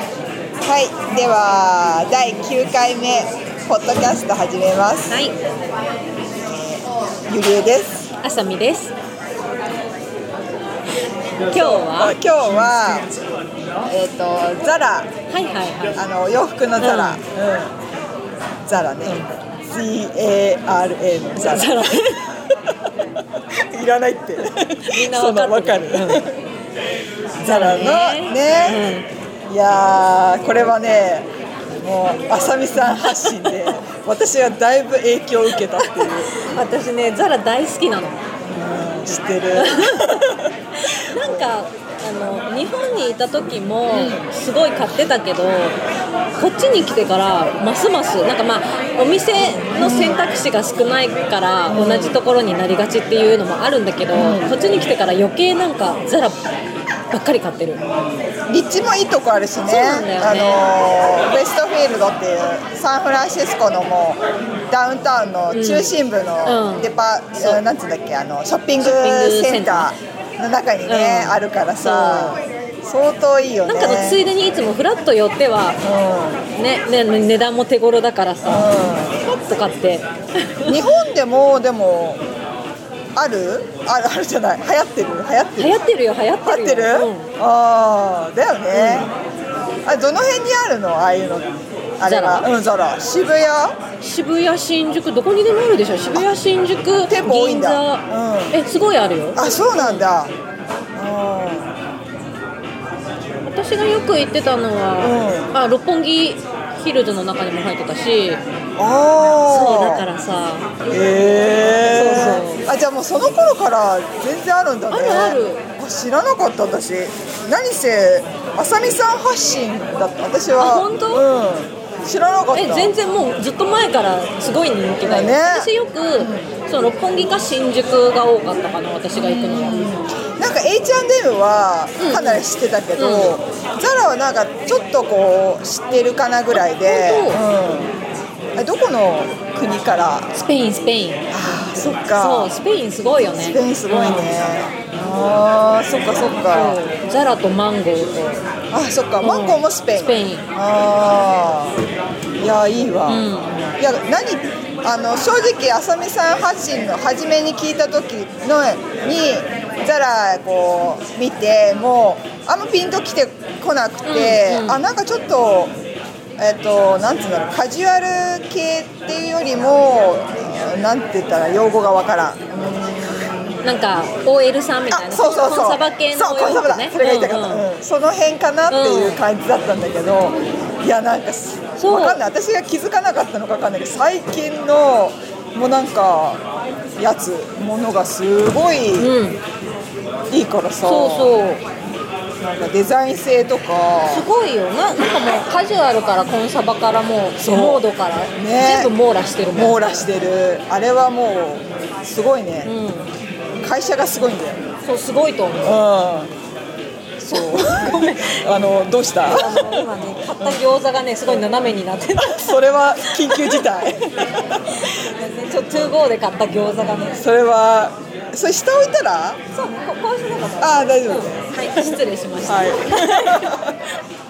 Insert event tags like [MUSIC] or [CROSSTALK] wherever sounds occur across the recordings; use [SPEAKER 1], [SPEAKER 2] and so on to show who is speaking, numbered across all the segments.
[SPEAKER 1] はい、では第9回目ポッドキャスト始めます。
[SPEAKER 2] はい、
[SPEAKER 1] ゆりえです。
[SPEAKER 2] あさみです。今日は
[SPEAKER 1] 今、日はえっ、とザラ
[SPEAKER 2] はいはいはい。
[SPEAKER 1] あの洋服のザラ、
[SPEAKER 2] うん
[SPEAKER 1] うんザラね、Z A R A ザラ。
[SPEAKER 2] ザラ
[SPEAKER 1] いらない
[SPEAKER 2] [LAUGHS]
[SPEAKER 1] って。み
[SPEAKER 2] んな
[SPEAKER 1] そ
[SPEAKER 2] わかってる
[SPEAKER 1] のわかる。ザラのね。いやーこれはねもうあさみさん発信
[SPEAKER 2] [LAUGHS]
[SPEAKER 1] で私はだいぶ影響を受けたっていう
[SPEAKER 2] うん [LAUGHS] 私ね、ザラ大好きなの。な
[SPEAKER 1] うんしてる
[SPEAKER 2] んか、あの、日本にいた時も、すごい買ってたけど。こっちに来てから、ますます、なんか、まあ、お店の選択肢が少ないから、同じところになりがちっていうのもあるんだけど。こっちに来てから、余計なんか、ザラ。ばっかり買ってる。
[SPEAKER 1] 立地もいいとこあるしね
[SPEAKER 2] そうなんだよね
[SPEAKER 1] あのーウェストフィールドっていうサンフランシスコのもうダウンタウンの中心部
[SPEAKER 2] う
[SPEAKER 1] の
[SPEAKER 2] ん
[SPEAKER 1] デパ、
[SPEAKER 2] そう
[SPEAKER 1] うんなんつうんだっけあのショッピング
[SPEAKER 2] ショッピング
[SPEAKER 1] セ
[SPEAKER 2] セ
[SPEAKER 1] ン
[SPEAKER 2] ン
[SPEAKER 1] タ
[SPEAKER 2] タ
[SPEAKER 1] ーの中にね、
[SPEAKER 2] うん
[SPEAKER 1] あるからさ相当いいよ
[SPEAKER 2] な
[SPEAKER 1] ね
[SPEAKER 2] んかのついでにいつもフラッと寄ってはねね値段も手頃だからさ
[SPEAKER 1] う
[SPEAKER 2] パッと買って
[SPEAKER 1] んうん、日本でもでもあるあるあるじゃない流行ってる流行ってる
[SPEAKER 2] 流行ってるよ流行って
[SPEAKER 1] 合っ
[SPEAKER 2] るよ
[SPEAKER 1] てる、
[SPEAKER 2] うん
[SPEAKER 1] ああだよね、あどの辺にあるのああいうのあれは
[SPEAKER 2] ザ
[SPEAKER 1] うんザラ渋谷
[SPEAKER 2] 渋谷新宿どこにでもあるでしょ渋谷新宿
[SPEAKER 1] 店舗多いん
[SPEAKER 2] 銀座
[SPEAKER 1] だうん
[SPEAKER 2] えすごいあるよ
[SPEAKER 1] あそうなんだ
[SPEAKER 2] 私がよく行ってたのは、あ六本木ヒルズの中にも入ってたし
[SPEAKER 1] うんあ
[SPEAKER 2] そうだかららさ
[SPEAKER 1] へえ
[SPEAKER 2] そう
[SPEAKER 1] あじゃあもうその頃から全然あるんだね
[SPEAKER 2] あるある
[SPEAKER 1] あ知らなかった私何せあさみさん発信だった私は
[SPEAKER 2] あ本当
[SPEAKER 1] うん知らなかった
[SPEAKER 2] え全然もうずっと前からすごい人気だよ、
[SPEAKER 1] だね
[SPEAKER 2] 私よく、そう六本木か新宿が多かったかな私が行くのは、
[SPEAKER 1] なんか H&M はかなり知ってたけど、
[SPEAKER 2] うん
[SPEAKER 1] ザラはなんかちょっとこう知ってるかなぐらいで、うん、あどこの国からあ
[SPEAKER 2] スペインスペイン
[SPEAKER 1] ーそっ
[SPEAKER 2] そ
[SPEAKER 1] か
[SPEAKER 2] うスペインすごいよね
[SPEAKER 1] スペインすごいね、
[SPEAKER 2] うん
[SPEAKER 1] あーそっかそっか
[SPEAKER 2] そうザラとマンゴーと
[SPEAKER 1] あそっかマンゴーもスペイン、
[SPEAKER 2] スペイン
[SPEAKER 1] ああいやいいわ、
[SPEAKER 2] うん
[SPEAKER 1] いや何あの正直浅見さん発信の初めに聞いた時のにザラこう見てもうあんまピンときてこなくて、
[SPEAKER 2] うんうん
[SPEAKER 1] あなんかちょっとえっとなんつうんだろうカジュアル系っていうよりもなんて言ったら用語がわからん
[SPEAKER 2] なんか OL さんみたい
[SPEAKER 1] あ
[SPEAKER 2] な
[SPEAKER 1] そうそうそう
[SPEAKER 2] コンサバ系の
[SPEAKER 1] そうコンサバだ
[SPEAKER 2] お洋服ね
[SPEAKER 1] それが言いたかった、
[SPEAKER 2] うんうん
[SPEAKER 1] うんその辺かなっていう感じだったんだけど、いやなんかす
[SPEAKER 2] そう
[SPEAKER 1] わかんない私が気づかなかったのかわかんないけど最近のもうなんかやつものがすごい
[SPEAKER 2] うん、
[SPEAKER 1] いいからさ、
[SPEAKER 2] そうそう
[SPEAKER 1] なんかデザイン性とか
[SPEAKER 2] すごいよななんかもうカジュアルからコンサバからもう
[SPEAKER 1] そう
[SPEAKER 2] モードから、
[SPEAKER 1] ね
[SPEAKER 2] 全部網羅してるもん
[SPEAKER 1] 網羅してるあれはもうすごいね、
[SPEAKER 2] うん
[SPEAKER 1] 会社がすごいんだよ
[SPEAKER 2] そうすごいと思う
[SPEAKER 1] うんそうあのどうした
[SPEAKER 2] あの今ね買った餃子がねすごい斜めになってた [LAUGHS]
[SPEAKER 1] それは緊急事態
[SPEAKER 2] ちょっと 2GO で買った餃子がね
[SPEAKER 1] それはそれ下置いたら
[SPEAKER 2] そうここうしてなかった
[SPEAKER 1] ああ大丈夫
[SPEAKER 2] はい失礼しました、
[SPEAKER 1] はい [LAUGHS]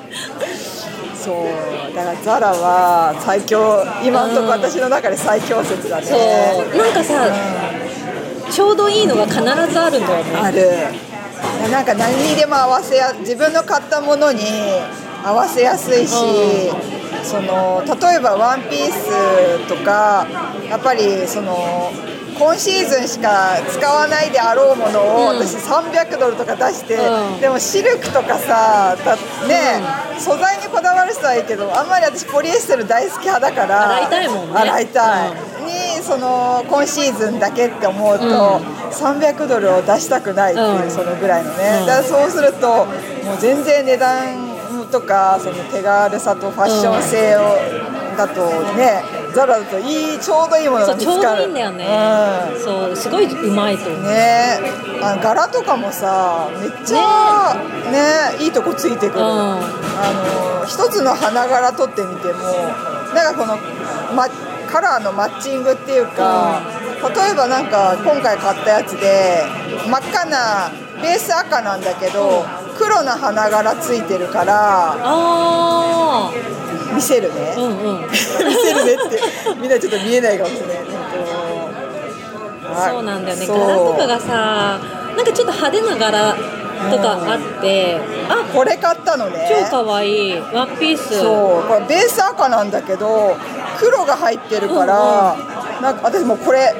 [SPEAKER 1] そうだからザラは最強今のとこ
[SPEAKER 2] うん
[SPEAKER 1] 私の中で最強説だね
[SPEAKER 2] そうなんかさ、ちょうどいいのが必ずあるんだよね
[SPEAKER 1] あるなんか何にでも合わせや自分の買ったものに合わせやすいし、その例えば「ワンピースとかやっぱりその今シーズンしか使わないであろうものを、
[SPEAKER 2] うん
[SPEAKER 1] 私300ドルとか出して、
[SPEAKER 2] うん
[SPEAKER 1] でもシルクとかさたね、素材にこだわる人はいいけどあんまり私ポリエステル大好き派だから
[SPEAKER 2] 洗いたいもんね
[SPEAKER 1] 洗いたい、
[SPEAKER 2] うん
[SPEAKER 1] にその今シーズンだけって思うと、
[SPEAKER 2] うん
[SPEAKER 1] 300ドルを出したくないっていう、
[SPEAKER 2] うん
[SPEAKER 1] そのぐらいのね、
[SPEAKER 2] うん
[SPEAKER 1] だからそうするともう全然値段とかその手軽さとファッション性を、だとねザラだといいちょうどいいもの
[SPEAKER 2] そ
[SPEAKER 1] が
[SPEAKER 2] う
[SPEAKER 1] 見つ
[SPEAKER 2] ちょう
[SPEAKER 1] か
[SPEAKER 2] どい
[SPEAKER 1] る
[SPEAKER 2] いんだよね、
[SPEAKER 1] う
[SPEAKER 2] そうすごいうまいと思
[SPEAKER 1] ん
[SPEAKER 2] う
[SPEAKER 1] ねあ柄とかもさめっちゃねいいとこついてくる、
[SPEAKER 2] う
[SPEAKER 1] あの一つの花柄取ってみてもなんかこの、ま、カラーのマッチングっていうか、例えばなんか今回買ったやつで真っ赤なベース赤なんだけど、黒の花柄ついてるから
[SPEAKER 2] あ
[SPEAKER 1] 見せるね、
[SPEAKER 2] うんうん [LAUGHS]
[SPEAKER 1] 見せるねってみんなちょっと見えないかもしれないねはい
[SPEAKER 2] そうなんだよね
[SPEAKER 1] そう
[SPEAKER 2] 柄とかがさなんかちょっと派手な柄とかあって、あ
[SPEAKER 1] これ買ったのね
[SPEAKER 2] 超かわいいワンピース
[SPEAKER 1] そうこれベース赤なんだけど黒が入ってるから、なんか私もうこれ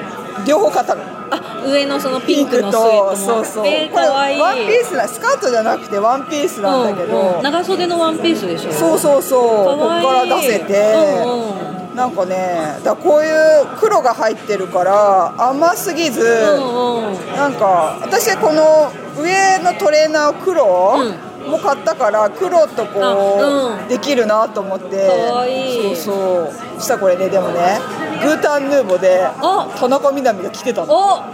[SPEAKER 1] 両方買ったの
[SPEAKER 2] あ上のそのピンクのスウェットも
[SPEAKER 1] とそうそう、
[SPEAKER 2] えー、
[SPEAKER 1] こ
[SPEAKER 2] か
[SPEAKER 1] れ
[SPEAKER 2] わいい
[SPEAKER 1] ワンピースなスカートじゃなくてワンピースなんだけど、
[SPEAKER 2] うんうん長袖のワンピースでしょ
[SPEAKER 1] そうそうそう
[SPEAKER 2] かわいい
[SPEAKER 1] ここから出せて、
[SPEAKER 2] うん
[SPEAKER 1] なんかねだからこういう黒が入ってるから甘すぎず、
[SPEAKER 2] うんうん
[SPEAKER 1] なんか私この上のトレーナー黒も買ったから黒とこ
[SPEAKER 2] あうん
[SPEAKER 1] うできるなと思って
[SPEAKER 2] かわいい
[SPEAKER 1] そうそうしたらこれねでもねグータンヌーボで
[SPEAKER 2] あ
[SPEAKER 1] 田中みな実が着てたの
[SPEAKER 2] おあ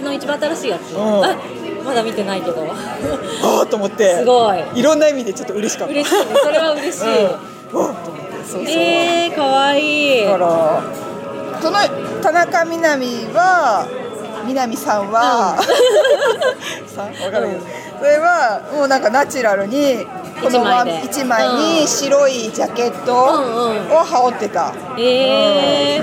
[SPEAKER 2] の一番新しいやつ、
[SPEAKER 1] ん
[SPEAKER 2] あまだ見てないけど
[SPEAKER 1] ああと思って
[SPEAKER 2] すごい
[SPEAKER 1] ろんな意味でちょっと嬉しかった
[SPEAKER 2] 嬉しいねそれは嬉しい、
[SPEAKER 1] うんわっと思ってそうそう
[SPEAKER 2] えー、かわいい
[SPEAKER 1] だからその田中みな実はみな実さんは、 [LAUGHS] さんわかるけど、それはもうなんかナチュラルにこのまま
[SPEAKER 2] 一
[SPEAKER 1] 一
[SPEAKER 2] 枚で
[SPEAKER 1] 枚に白いジャケット
[SPEAKER 2] うんうん
[SPEAKER 1] を羽織ってた、
[SPEAKER 2] えー、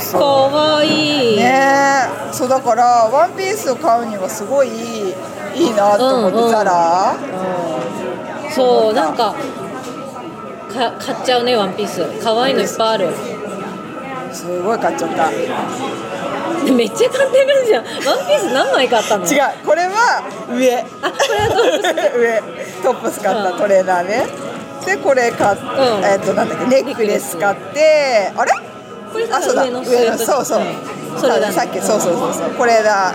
[SPEAKER 1] そう
[SPEAKER 2] か
[SPEAKER 1] そ
[SPEAKER 2] わいい、
[SPEAKER 1] うねえそうだからワンピースを買うにはすごいいいいいなと思って、
[SPEAKER 2] うんうん
[SPEAKER 1] ザラ、
[SPEAKER 2] そうなんかか買っちゃうねワンピース可愛いのいっぱいある [LAUGHS]
[SPEAKER 1] すごい買っちゃった
[SPEAKER 2] めっちゃ買ってるじゃんワンピース何枚買ったの
[SPEAKER 1] 違うこれは上
[SPEAKER 2] あこれはど
[SPEAKER 1] [LAUGHS]
[SPEAKER 2] う
[SPEAKER 1] 上トップス買っ
[SPEAKER 2] うん
[SPEAKER 1] たトレーナーね、でこれ買って、
[SPEAKER 2] ん
[SPEAKER 1] えっとなんだっけネックレス買ってあれ
[SPEAKER 2] これ
[SPEAKER 1] あそうだ
[SPEAKER 2] 上のスウェット
[SPEAKER 1] そうそう、
[SPEAKER 2] うんそれだね
[SPEAKER 1] さっきそうそうそうそうこれだ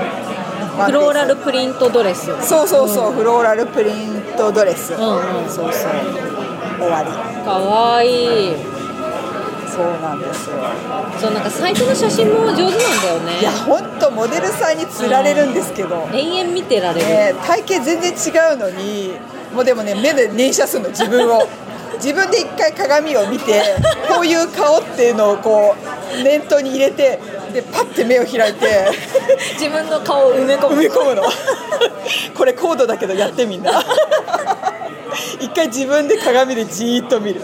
[SPEAKER 2] フローラ
[SPEAKER 1] ル
[SPEAKER 2] ルプリントドレス
[SPEAKER 1] そうそうそう、フローラルプリントドレス、
[SPEAKER 2] んうん
[SPEAKER 1] そうそう終わり
[SPEAKER 2] かわいい
[SPEAKER 1] そうなんですよ
[SPEAKER 2] そうなんかサイトの写真も上手なんだよね
[SPEAKER 1] いやほんとモデルさんに釣られるんですけど、
[SPEAKER 2] 延々見てられる、
[SPEAKER 1] ね体型全然違うのにもうでもね目で連写するの自分
[SPEAKER 2] [LAUGHS]
[SPEAKER 1] を自分で一回鏡を見てこういう顔っていうのをこう念頭に入れてでパッて目を開いて
[SPEAKER 2] 自分の顔を埋め込
[SPEAKER 1] 埋
[SPEAKER 2] む
[SPEAKER 1] め込むの [LAUGHS] これ高度だけどやってみんな [LAUGHS] 一回自分で鏡でじーっと見る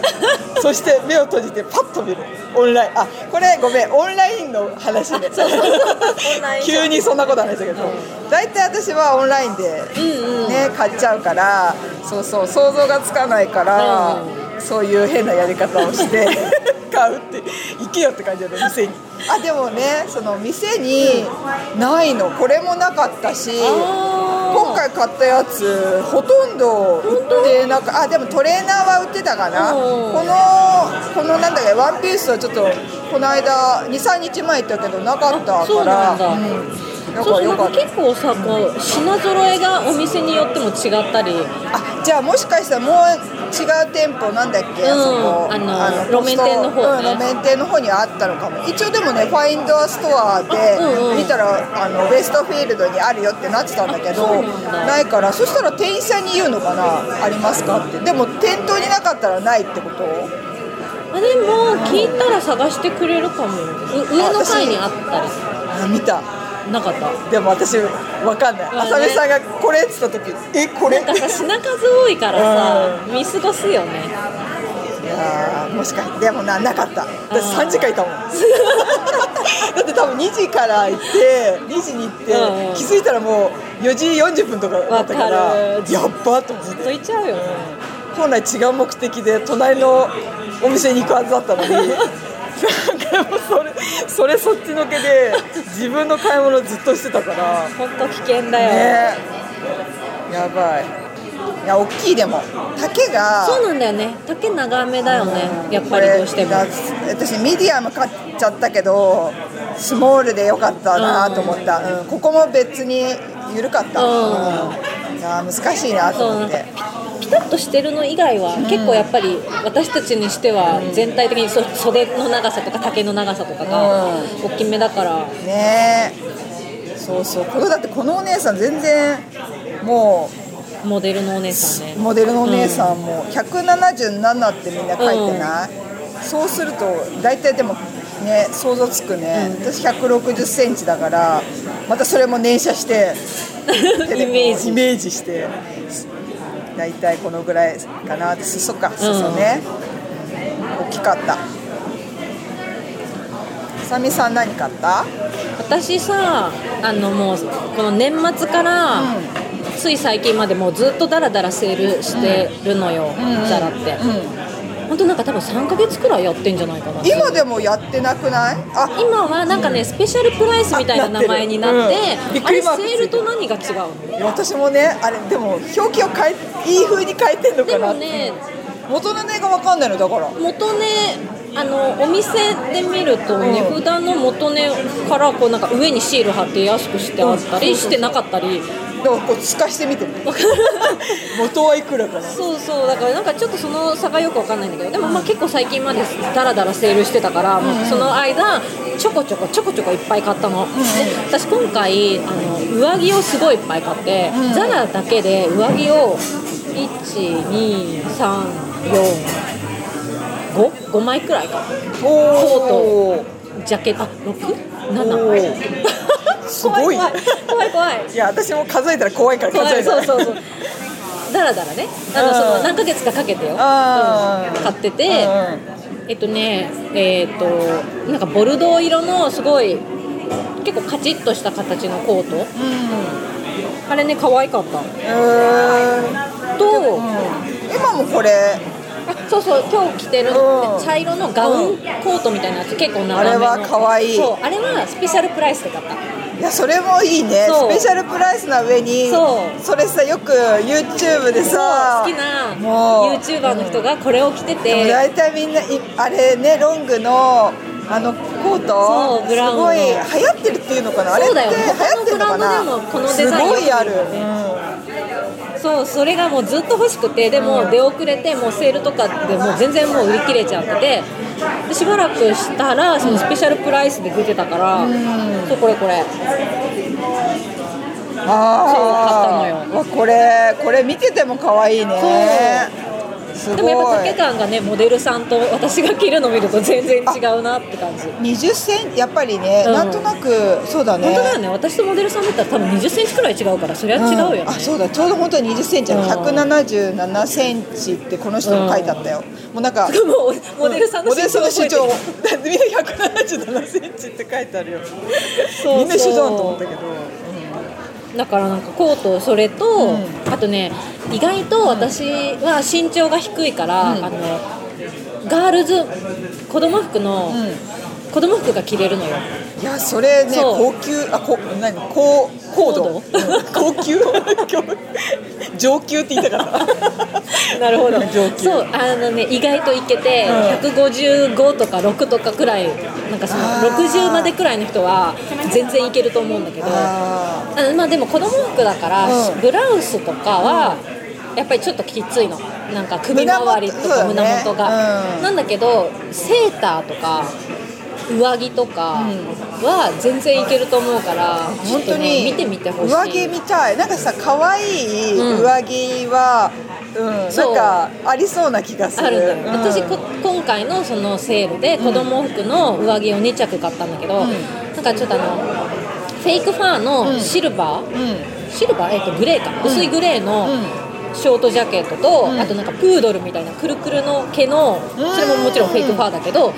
[SPEAKER 1] そして目を閉じてパッと見るオンラインあこれごめんオンラインの話ね
[SPEAKER 2] オンラインショッ
[SPEAKER 1] 急にそんなこと話したけど大体私はオンラインで
[SPEAKER 2] うんうん
[SPEAKER 1] ね買っちゃうからそうそう想像がつかないから
[SPEAKER 2] う
[SPEAKER 1] そういう変なやり方をして [LAUGHS] 買うって行けよって感じだね店にあでもねその店にないのこれもなかったし
[SPEAKER 2] あー
[SPEAKER 1] 今回買ったやつほとんど売ってなかあでもトレーナーは売ってたかな
[SPEAKER 2] うん
[SPEAKER 1] このこのなんだっけワンピースはちょっとこの間23日前行ったけどなかったから
[SPEAKER 2] あそうなんだ
[SPEAKER 1] うんだか
[SPEAKER 2] そ
[SPEAKER 1] ら
[SPEAKER 2] うそ
[SPEAKER 1] よ
[SPEAKER 2] う
[SPEAKER 1] か
[SPEAKER 2] な
[SPEAKER 1] っ
[SPEAKER 2] ん
[SPEAKER 1] た
[SPEAKER 2] か結構さこう品揃えがお店によっても違ったり
[SPEAKER 1] あじゃあもしかしたらもう違う店舗なんだっけ、
[SPEAKER 2] うん
[SPEAKER 1] あそこ
[SPEAKER 2] あの路面店の方ね
[SPEAKER 1] うん、路面店の方にあったのかも一応でもねファインドアストアで
[SPEAKER 2] あうんうん
[SPEAKER 1] 見たらあのウェストフィールドにあるよってなってたんだけ
[SPEAKER 2] あそ
[SPEAKER 1] ど
[SPEAKER 2] うなんだ
[SPEAKER 1] ないからそしたら店員さんに言うのかなありますかってでも店頭になかったらないってこと
[SPEAKER 2] あでも聞いたら探してくれるかもう上の階にあったり
[SPEAKER 1] あ見た
[SPEAKER 2] なかった
[SPEAKER 1] でも私わかんない
[SPEAKER 2] まあね
[SPEAKER 1] 浅見さんがこれっつった時えこれ
[SPEAKER 2] なんかさ品数多いからさ、見過ごすよね
[SPEAKER 1] いやーもしかしてでもななかった私3時間い
[SPEAKER 2] [LAUGHS]
[SPEAKER 1] たもんだって多分2時から行って2時に行って、
[SPEAKER 2] うんうん
[SPEAKER 1] 気づいたらもう4時40分とかだったから
[SPEAKER 2] わか
[SPEAKER 1] やっ
[SPEAKER 2] る
[SPEAKER 1] ばと思っ
[SPEAKER 2] ずってといちゃうよね
[SPEAKER 1] 本来違う目的で隣のお店に行くはずだった
[SPEAKER 2] [LAUGHS]
[SPEAKER 1] のになんかもうそれそれそっちのけで自分の買い物ずっとしてたからね
[SPEAKER 2] ほんと危険だよ、
[SPEAKER 1] やばいいや大きいでも丈が
[SPEAKER 2] そうなんだよね丈長めだよねやっぱりどうしても
[SPEAKER 1] これ私ミディアム買っちゃったけどスモールでよかったなと思った、うんここも別に緩かった、
[SPEAKER 2] う
[SPEAKER 1] う
[SPEAKER 2] ん
[SPEAKER 1] んいや難しいなと
[SPEAKER 2] そう
[SPEAKER 1] 思
[SPEAKER 2] な
[SPEAKER 1] っ
[SPEAKER 2] んか
[SPEAKER 1] て
[SPEAKER 2] ピピタッとしてるの以外は、結構やっぱり私たちにしては全体的にそ袖の長さとか丈の長さとかが
[SPEAKER 1] うん
[SPEAKER 2] 大きめだから、
[SPEAKER 1] ねえそうそうこれだってこのお姉さん全然も
[SPEAKER 2] モデルのお姉さんね
[SPEAKER 1] うモデルのお姉さんも177ってみんな書いてない、そうすると大体でもね想像つくね、私1 6 0センチだからまたそれも連写して
[SPEAKER 2] [LAUGHS] イメージ
[SPEAKER 1] イメージして大体このぐらいかなって裾か裾ね、う大きかったさみさん何買った
[SPEAKER 2] 私さあのもうこの年末から、
[SPEAKER 1] うん
[SPEAKER 2] つい最近までもうずっとダラダラセールしてるのよ、ザラって、
[SPEAKER 1] うん
[SPEAKER 2] ほんとなんか多分3ヶ月くらいやってんじゃないかな
[SPEAKER 1] 今でもやってなくないあ
[SPEAKER 2] 今はなんかねスペシャルプライスみたいな名前になって
[SPEAKER 1] あなってるうんびっ
[SPEAKER 2] あ
[SPEAKER 1] くり
[SPEAKER 2] れ
[SPEAKER 1] マークついて
[SPEAKER 2] セー
[SPEAKER 1] る
[SPEAKER 2] ルと何が違うの
[SPEAKER 1] 私もねあれでも表記を変えいい風に変えてんの
[SPEAKER 2] で
[SPEAKER 1] かな
[SPEAKER 2] も
[SPEAKER 1] って
[SPEAKER 2] ね
[SPEAKER 1] 元の値が分かんないのだから
[SPEAKER 2] 元値あのお店で見ると
[SPEAKER 1] ん
[SPEAKER 2] 値札の元値からこうなんか上にシール貼って安くしてあったりしてなかったり
[SPEAKER 1] でもこう透かしてみてみる元はいくらかな
[SPEAKER 2] そうそうだからなんかちょっとその差がよくわかんないんだけどでもまあ結構最近までダラダラセールしてたから、もうその間ちょこちょこちょこちょこいっぱい買ったの、で私今回あの上着をすごいいっぱい買って、ザラだけで上着を12345 5枚くらいか
[SPEAKER 1] おー
[SPEAKER 2] ジャケットあ
[SPEAKER 1] お
[SPEAKER 2] [LAUGHS] 67?
[SPEAKER 1] ーすごい
[SPEAKER 2] 怖い怖い怖い
[SPEAKER 1] いや私も数えたら怖いから
[SPEAKER 2] 怖
[SPEAKER 1] 数え
[SPEAKER 2] い
[SPEAKER 1] た
[SPEAKER 2] そ
[SPEAKER 1] ら
[SPEAKER 2] うそうそうだらだらねあ
[SPEAKER 1] う
[SPEAKER 2] の
[SPEAKER 1] ん
[SPEAKER 2] その何ヶ月かかけてよ、うん
[SPEAKER 1] あー
[SPEAKER 2] 買ってて、えっとねえっとなんかボルドー色のすごい結構カチッとした形のコー
[SPEAKER 1] う
[SPEAKER 2] ト
[SPEAKER 1] んうん
[SPEAKER 2] あれね可愛かった
[SPEAKER 1] へー
[SPEAKER 2] と、
[SPEAKER 1] う
[SPEAKER 2] あ
[SPEAKER 1] ん今もこれ
[SPEAKER 2] そうそう今日着てる
[SPEAKER 1] うん
[SPEAKER 2] 茶色のガウンコートみたいなやつ結構長めの
[SPEAKER 1] あれは可愛い
[SPEAKER 2] そうあれはスペシャルプライスで買った
[SPEAKER 1] いやそれもいいねス
[SPEAKER 2] そう
[SPEAKER 1] ペシャルプライスな上に
[SPEAKER 2] そう
[SPEAKER 1] それさよく YouTube でさ
[SPEAKER 2] 好きな
[SPEAKER 1] もう
[SPEAKER 2] YouTuber の人がこれを着
[SPEAKER 1] で
[SPEAKER 2] て
[SPEAKER 1] も
[SPEAKER 2] て、
[SPEAKER 1] 大体みんないあれねロングのあのコー
[SPEAKER 2] そ
[SPEAKER 1] ト
[SPEAKER 2] うブラウン
[SPEAKER 1] す
[SPEAKER 2] の
[SPEAKER 1] ごい流行ってるっていうのかなあれっ
[SPEAKER 2] そう
[SPEAKER 1] て
[SPEAKER 2] だよ
[SPEAKER 1] 流行ってるのかな
[SPEAKER 2] 他のブランドでもこのデザイン
[SPEAKER 1] すごいある、
[SPEAKER 2] よく見るそうそれがもうずっと欲しくてでも出遅れてもうセールとかでもう全然もう売り切れちゃっててでしばらくしたらそのスペシャルプライスで出てたから、そうこれこれ
[SPEAKER 1] ああ
[SPEAKER 2] そう買ったのよ
[SPEAKER 1] わこれこれ見てても可愛いねすごい
[SPEAKER 2] でもやっぱ丈感がねモデルさんと私が着るの見ると全然違うなって感じ本
[SPEAKER 1] 20センやっぱりね、
[SPEAKER 2] うん
[SPEAKER 1] なんとなくそうだね
[SPEAKER 2] 当だよね私とモデルさんだったら多分2 0ンチくらい違うからそりゃ違うよね、
[SPEAKER 1] んあそうだちょうど本当に2 0センチある177センチってこの人も書いてあったよ、もうなんか
[SPEAKER 2] [LAUGHS] もうモデルさんの
[SPEAKER 1] モデルさんの
[SPEAKER 2] 身
[SPEAKER 1] 身
[SPEAKER 2] 長
[SPEAKER 1] 長
[SPEAKER 2] を
[SPEAKER 1] を
[SPEAKER 2] 超
[SPEAKER 1] だってみんな177センチって書いてあるよみんな一緒だと思ったけど
[SPEAKER 2] だからなんかコートそれと、
[SPEAKER 1] う
[SPEAKER 2] あとね意外と私は身長が低いから、
[SPEAKER 1] うん
[SPEAKER 2] あのガールズ子供服の、
[SPEAKER 1] うん
[SPEAKER 2] 子供服が着れるの
[SPEAKER 1] [LAUGHS]
[SPEAKER 2] よ
[SPEAKER 1] いやそれね
[SPEAKER 2] そう
[SPEAKER 1] 高級あこ何高高度
[SPEAKER 2] 高度
[SPEAKER 1] うん高級 [LAUGHS] 上級って言いたかった
[SPEAKER 2] なるほど
[SPEAKER 1] 上級
[SPEAKER 2] [LAUGHS] そうあのね意外といけて、
[SPEAKER 1] う
[SPEAKER 2] 155とか6とかくらいなんかその
[SPEAKER 1] あー
[SPEAKER 2] 60までくらいの人は全然いけると思うんだけど
[SPEAKER 1] あ
[SPEAKER 2] あのまあでも子供服だから、
[SPEAKER 1] うん
[SPEAKER 2] ブラウスとかはやっぱりちょっときついのなんか首周りとか
[SPEAKER 1] 胸元そうだね
[SPEAKER 2] 胸元が、
[SPEAKER 1] うん
[SPEAKER 2] なんだけどセーターとか上着とかは全然いけると思うから、ちょ
[SPEAKER 1] 本
[SPEAKER 2] っ
[SPEAKER 1] 当
[SPEAKER 2] と
[SPEAKER 1] に
[SPEAKER 2] ね見てみてほしい
[SPEAKER 1] 上着みたいなんかさ可愛い
[SPEAKER 2] うん
[SPEAKER 1] 上着は、うん
[SPEAKER 2] そう
[SPEAKER 1] なんかありそうな気がする
[SPEAKER 2] あるんだ
[SPEAKER 1] う
[SPEAKER 2] よ、
[SPEAKER 1] ん
[SPEAKER 2] 私こ今回のそのセールで子供服の上着を2着買ったんだけど、
[SPEAKER 1] うん
[SPEAKER 2] なんかちょっとあのフェイクファーのシルバ
[SPEAKER 1] う
[SPEAKER 2] ー、シルバー、えっとグレーか薄いグレーの
[SPEAKER 1] う
[SPEAKER 2] ショートジャケットと、
[SPEAKER 1] うん
[SPEAKER 2] あとなんかプードルみたいなくるくるの毛の
[SPEAKER 1] うん
[SPEAKER 2] それももちろんフェイクファーだけどの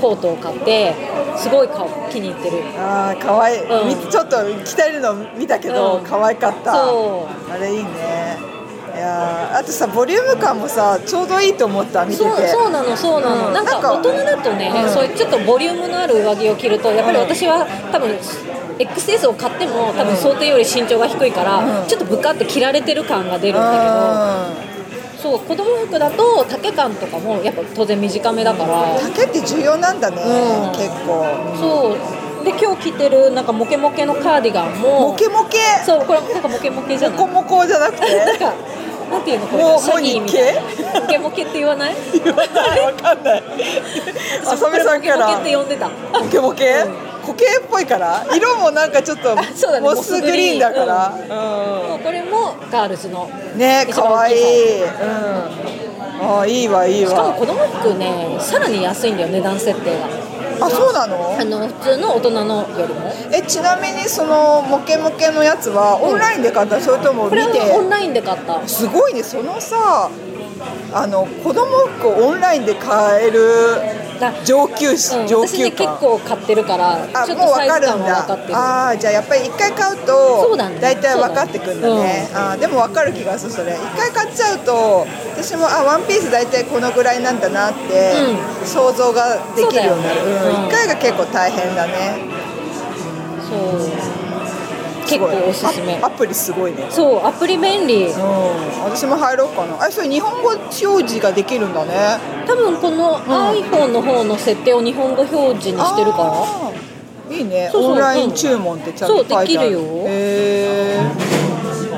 [SPEAKER 2] コートを買ってすごい顔気に入ってる
[SPEAKER 1] ん、ああ可愛い、
[SPEAKER 2] うん
[SPEAKER 1] みちょっと着てるの見たけど、
[SPEAKER 2] うん
[SPEAKER 1] 可愛かった
[SPEAKER 2] そ
[SPEAKER 1] あれいいねいやーあとさボリューム感もさちょうどいいと思った見てて
[SPEAKER 2] そうそうなのそうなの、
[SPEAKER 1] うん
[SPEAKER 2] なん
[SPEAKER 1] な
[SPEAKER 2] か
[SPEAKER 1] んか
[SPEAKER 2] 大人だとね、
[SPEAKER 1] うん
[SPEAKER 2] そういうちょっとボリュームのある上着を着るとやっぱり私は多分 XS を買っても多分想定より身長が低いから、
[SPEAKER 1] うん
[SPEAKER 2] ちょっとブカって着られてる感が出るん
[SPEAKER 1] う
[SPEAKER 2] だけど、そう子供服だと丈感とかもやっぱ当然短めだから、
[SPEAKER 1] ん丈って重要なんだね、
[SPEAKER 2] うん
[SPEAKER 1] 結構
[SPEAKER 2] そうで今日着てるなんかモケモケのカーディガンも
[SPEAKER 1] モケモケ
[SPEAKER 2] そうこれなんかモケモケじゃ
[SPEAKER 1] モ
[SPEAKER 2] ない
[SPEAKER 1] コモコじゃ
[SPEAKER 2] [LAUGHS]
[SPEAKER 1] なく
[SPEAKER 2] なん
[SPEAKER 1] て
[SPEAKER 2] かなんていうのこれ
[SPEAKER 1] もう
[SPEAKER 2] シャギーみたいなモケモケって言わない
[SPEAKER 1] わかんない浅見さんか
[SPEAKER 2] モケモ
[SPEAKER 1] ら
[SPEAKER 2] ケって呼んでた
[SPEAKER 1] モケモケ固形っぽいから色もなんかちょっと
[SPEAKER 2] あ [LAUGHS] そうだね
[SPEAKER 1] モスグリーンだから、
[SPEAKER 2] そうこれもガールズの
[SPEAKER 1] うん、ね
[SPEAKER 2] 一番
[SPEAKER 1] 可
[SPEAKER 2] 大
[SPEAKER 1] 愛
[SPEAKER 2] きい
[SPEAKER 1] いい、うん、あーいいわいい
[SPEAKER 2] しかも
[SPEAKER 1] わ
[SPEAKER 2] 子供服ねさらに安いんだよ値段設定が
[SPEAKER 1] あそうなの
[SPEAKER 2] あの普通の大人のよりも
[SPEAKER 1] えちなみにそのモケモケのやつはオンラインで買ったそれとも
[SPEAKER 2] こ
[SPEAKER 1] 見
[SPEAKER 2] れは
[SPEAKER 1] て
[SPEAKER 2] オンラインで買った
[SPEAKER 1] すごいねそのさあの子供服をオンラインで買える
[SPEAKER 2] だ
[SPEAKER 1] 上級し、
[SPEAKER 2] うん、
[SPEAKER 1] 上
[SPEAKER 2] 私
[SPEAKER 1] 級
[SPEAKER 2] ね結
[SPEAKER 1] 感
[SPEAKER 2] 構買ってるから
[SPEAKER 1] あ
[SPEAKER 2] ちょっ
[SPEAKER 1] も
[SPEAKER 2] と
[SPEAKER 1] う
[SPEAKER 2] サ
[SPEAKER 1] 分
[SPEAKER 2] イ
[SPEAKER 1] か
[SPEAKER 2] ズ
[SPEAKER 1] る
[SPEAKER 2] 感
[SPEAKER 1] ん
[SPEAKER 2] は分
[SPEAKER 1] だ
[SPEAKER 2] かってる
[SPEAKER 1] ああーじゃあやっぱり一回買うと
[SPEAKER 2] そうだね
[SPEAKER 1] 大体分かってくるんだね
[SPEAKER 2] そう
[SPEAKER 1] あーでも分かる気がするそれ一回買っちゃうと私もあワンピース大体このぐらいなんだなって想像ができるようになる、
[SPEAKER 2] そうだよね
[SPEAKER 1] うん
[SPEAKER 2] うん
[SPEAKER 1] 一回が結構大変だね
[SPEAKER 2] そう
[SPEAKER 1] す
[SPEAKER 2] 結
[SPEAKER 1] ごい
[SPEAKER 2] 構おすすめ
[SPEAKER 1] あアプリすごいね
[SPEAKER 2] そうアプリ便
[SPEAKER 1] う
[SPEAKER 2] 利
[SPEAKER 1] ん私も入ろうかなあそれ日本語表示ができるんだね
[SPEAKER 2] 多分この iPhone の方の設定を日本語表示にしてるから
[SPEAKER 1] あーいいね
[SPEAKER 2] そうそう
[SPEAKER 1] オンライン注文ってちゃんと書いてある
[SPEAKER 2] そうできるよ
[SPEAKER 1] へーす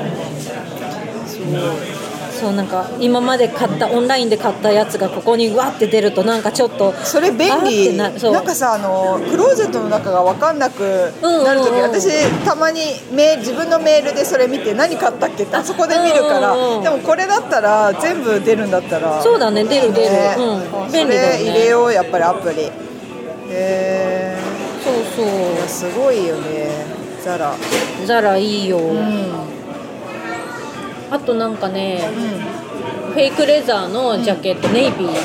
[SPEAKER 1] ごい
[SPEAKER 2] そうなんか今まで買ったオンラインで買ったやつがここにわって出るとなんかちょっと
[SPEAKER 1] それ便
[SPEAKER 2] あーっ
[SPEAKER 1] 利
[SPEAKER 2] て
[SPEAKER 1] な
[SPEAKER 2] なるそうん
[SPEAKER 1] かさあのクローゼットの中が分かんなくなるとき、
[SPEAKER 2] うんうんうん
[SPEAKER 1] 私たまにメール自分のメールでそれ見て何買ったっけってあそこで見るから、
[SPEAKER 2] うんうんうん
[SPEAKER 1] でもこれだったら全部出るんだったら
[SPEAKER 2] そうだね出る出る
[SPEAKER 1] ね
[SPEAKER 2] うん
[SPEAKER 1] それ
[SPEAKER 2] 便利だよね
[SPEAKER 1] 入れようやっぱりアプリへえ
[SPEAKER 2] そうそ
[SPEAKER 1] すごいよねザラ
[SPEAKER 2] うザラいいよ、
[SPEAKER 1] うん
[SPEAKER 2] あとなんかね
[SPEAKER 1] うん
[SPEAKER 2] フェイクレザーのジャケット、ネイビーのジ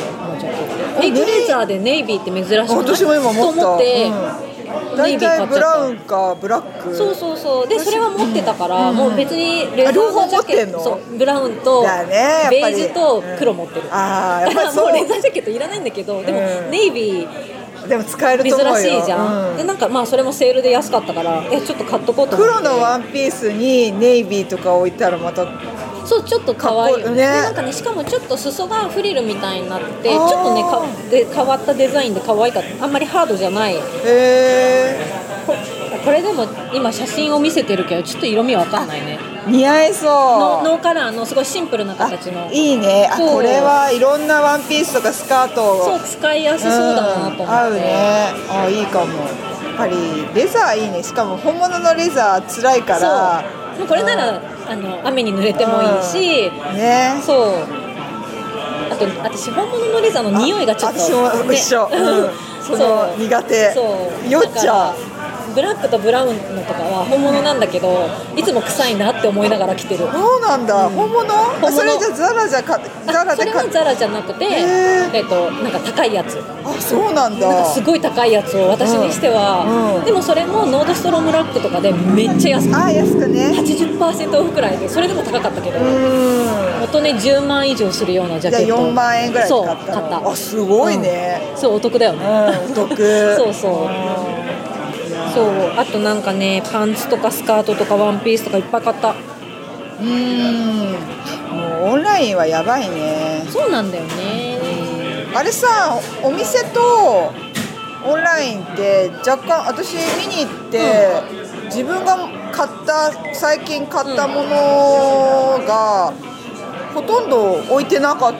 [SPEAKER 2] ャケットフェイクレザーでネイビーって珍しくない
[SPEAKER 1] 私も今思った
[SPEAKER 2] と思っ
[SPEAKER 1] うん、
[SPEAKER 2] て、ネイ
[SPEAKER 1] 大体
[SPEAKER 2] ビー買っちゃった
[SPEAKER 1] ブラウンかブラック
[SPEAKER 2] そうそうそうでそれは持ってたから、
[SPEAKER 1] うん
[SPEAKER 2] もう別にレザー
[SPEAKER 1] 両方
[SPEAKER 2] のジ
[SPEAKER 1] 持っ
[SPEAKER 2] ャ
[SPEAKER 1] て
[SPEAKER 2] ケ
[SPEAKER 1] ん
[SPEAKER 2] ッ
[SPEAKER 1] の
[SPEAKER 2] トそうブラウンと
[SPEAKER 1] だよねやっぱり
[SPEAKER 2] ベージュと黒持ってる、
[SPEAKER 1] ああや
[SPEAKER 2] だ
[SPEAKER 1] っ
[SPEAKER 2] か
[SPEAKER 1] ぱりそ
[SPEAKER 2] [LAUGHS] らもうレザージャケットいらないんだけどでも
[SPEAKER 1] うん
[SPEAKER 2] ネイビー
[SPEAKER 1] うでも使える
[SPEAKER 2] 珍
[SPEAKER 1] と思うよ
[SPEAKER 2] しいじゃん、
[SPEAKER 1] うん
[SPEAKER 2] でなんかまあそれもセールで安かったからえちょっと買っとこうと思って
[SPEAKER 1] 黒のワンピースにネイビーとか置いたらまた
[SPEAKER 2] そうちょっと可愛い
[SPEAKER 1] かっこいいね
[SPEAKER 2] でなんかねしかもちょっと裾がフリルみたいになっててち
[SPEAKER 1] あ
[SPEAKER 2] ょ
[SPEAKER 1] ー
[SPEAKER 2] っとねかで変わったデザインで可愛かったあんまりハードじゃない
[SPEAKER 1] へえ
[SPEAKER 2] ここれでも今写真を見せてるけどちょっと色味わかんないね
[SPEAKER 1] 似合いそう
[SPEAKER 2] ノノーカラーのすごいシンプルな
[SPEAKER 1] あ
[SPEAKER 2] 形の
[SPEAKER 1] いいねあ
[SPEAKER 2] そう
[SPEAKER 1] これはいろんなワンピースとかスカートを
[SPEAKER 2] そう使いやすそうだなと思って、
[SPEAKER 1] ん合うねあいいかもやっぱりレザーいいねしかも本物のレザー辛いから
[SPEAKER 2] そうもうこれなら、あの雨に濡れてもいいし、
[SPEAKER 1] ね
[SPEAKER 2] そうあと私本物のレザーの匂いがちょっと
[SPEAKER 1] あ私も一緒
[SPEAKER 2] [LAUGHS]
[SPEAKER 1] うんその苦手
[SPEAKER 2] そう
[SPEAKER 1] 酔っちゃう
[SPEAKER 2] だからブラックとブラウンのとかは本物なんだけどいつも臭いなって思いながら着てる
[SPEAKER 1] そうなんだ、本物あ
[SPEAKER 2] 物
[SPEAKER 1] それじゃザラじゃかザラ
[SPEAKER 2] あそ
[SPEAKER 1] で
[SPEAKER 2] れ
[SPEAKER 1] か
[SPEAKER 2] はザラじゃなくて、
[SPEAKER 1] へー
[SPEAKER 2] えっとなんか高いやつ
[SPEAKER 1] あそうなんだ
[SPEAKER 2] なんかすごい高いやつを私にしては、
[SPEAKER 1] うん
[SPEAKER 2] でもそれもノードストロムラックとかでめっちゃ安く
[SPEAKER 1] あ安くね
[SPEAKER 2] 80%オフくらいでそれでも高かったけど、
[SPEAKER 1] うん
[SPEAKER 2] 元ね10万以上するようなジャ
[SPEAKER 1] じゃ
[SPEAKER 2] ケ
[SPEAKER 1] あ
[SPEAKER 2] ット
[SPEAKER 1] 4万円ぐらいで
[SPEAKER 2] そ
[SPEAKER 1] 買
[SPEAKER 2] う
[SPEAKER 1] った
[SPEAKER 2] 買
[SPEAKER 1] の
[SPEAKER 2] った
[SPEAKER 1] あすごいね、
[SPEAKER 2] そうお得だよね、
[SPEAKER 1] うんお得
[SPEAKER 2] そうそうそうあとなんかねパンツとかスカートとかワンピースとかいっぱい買った
[SPEAKER 1] うんもうオンラインはやばいね
[SPEAKER 2] そうなんだよね
[SPEAKER 1] あれさお店とオンラインって若干私見に行って、自分が買った最近買ったものが、ほとんど置いてなかっ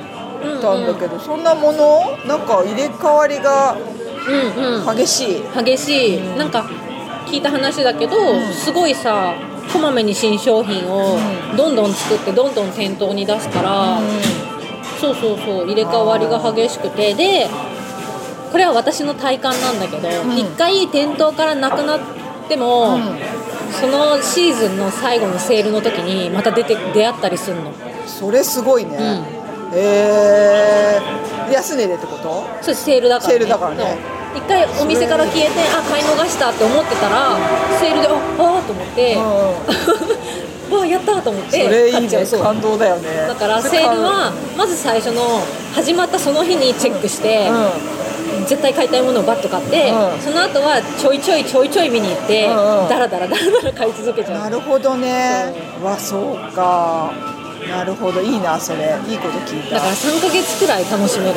[SPEAKER 1] たんだけど、そんなものなんか入れ替わりが
[SPEAKER 2] うんうん
[SPEAKER 1] 激しい、
[SPEAKER 2] 激しいなんか聞いた話だけど、
[SPEAKER 1] うん
[SPEAKER 2] すごいさこまめに新商品をどんどん作ってどんどん店頭に出すから、そうそうそう入れ替わりが激しくてでこれは私の体感なんだけど
[SPEAKER 1] ん
[SPEAKER 2] 一、回店頭からなくなっても、
[SPEAKER 1] うん
[SPEAKER 2] そのシーズンの最後のセールの時にまた出て出会ったりするの
[SPEAKER 1] それすごいね、
[SPEAKER 2] う
[SPEAKER 1] えー、安値でってこと
[SPEAKER 2] それセールだから、
[SPEAKER 1] セールだからね
[SPEAKER 2] そう一回お店から消えてあ買い逃したって思ってたらセールでああーと思って、
[SPEAKER 1] うん
[SPEAKER 2] わ [LAUGHS] あやったーと思って
[SPEAKER 1] それいい
[SPEAKER 2] 買っちゃう
[SPEAKER 1] ね
[SPEAKER 2] そう
[SPEAKER 1] 感動だよね
[SPEAKER 2] だからセールはまず最初の始まったその日にチェックして、
[SPEAKER 1] うん
[SPEAKER 2] 絶対買いたいものをバッと買って、
[SPEAKER 1] うん
[SPEAKER 2] その後はちょいちょいちょいちょい見に行って、
[SPEAKER 1] うんうん
[SPEAKER 2] だらだらだらだら買い続けちゃ
[SPEAKER 1] な
[SPEAKER 2] う
[SPEAKER 1] るほどねわそうかなるほどいいなそれいいこと聞い
[SPEAKER 2] だ
[SPEAKER 1] た
[SPEAKER 2] から3ヶ月くらい楽しめ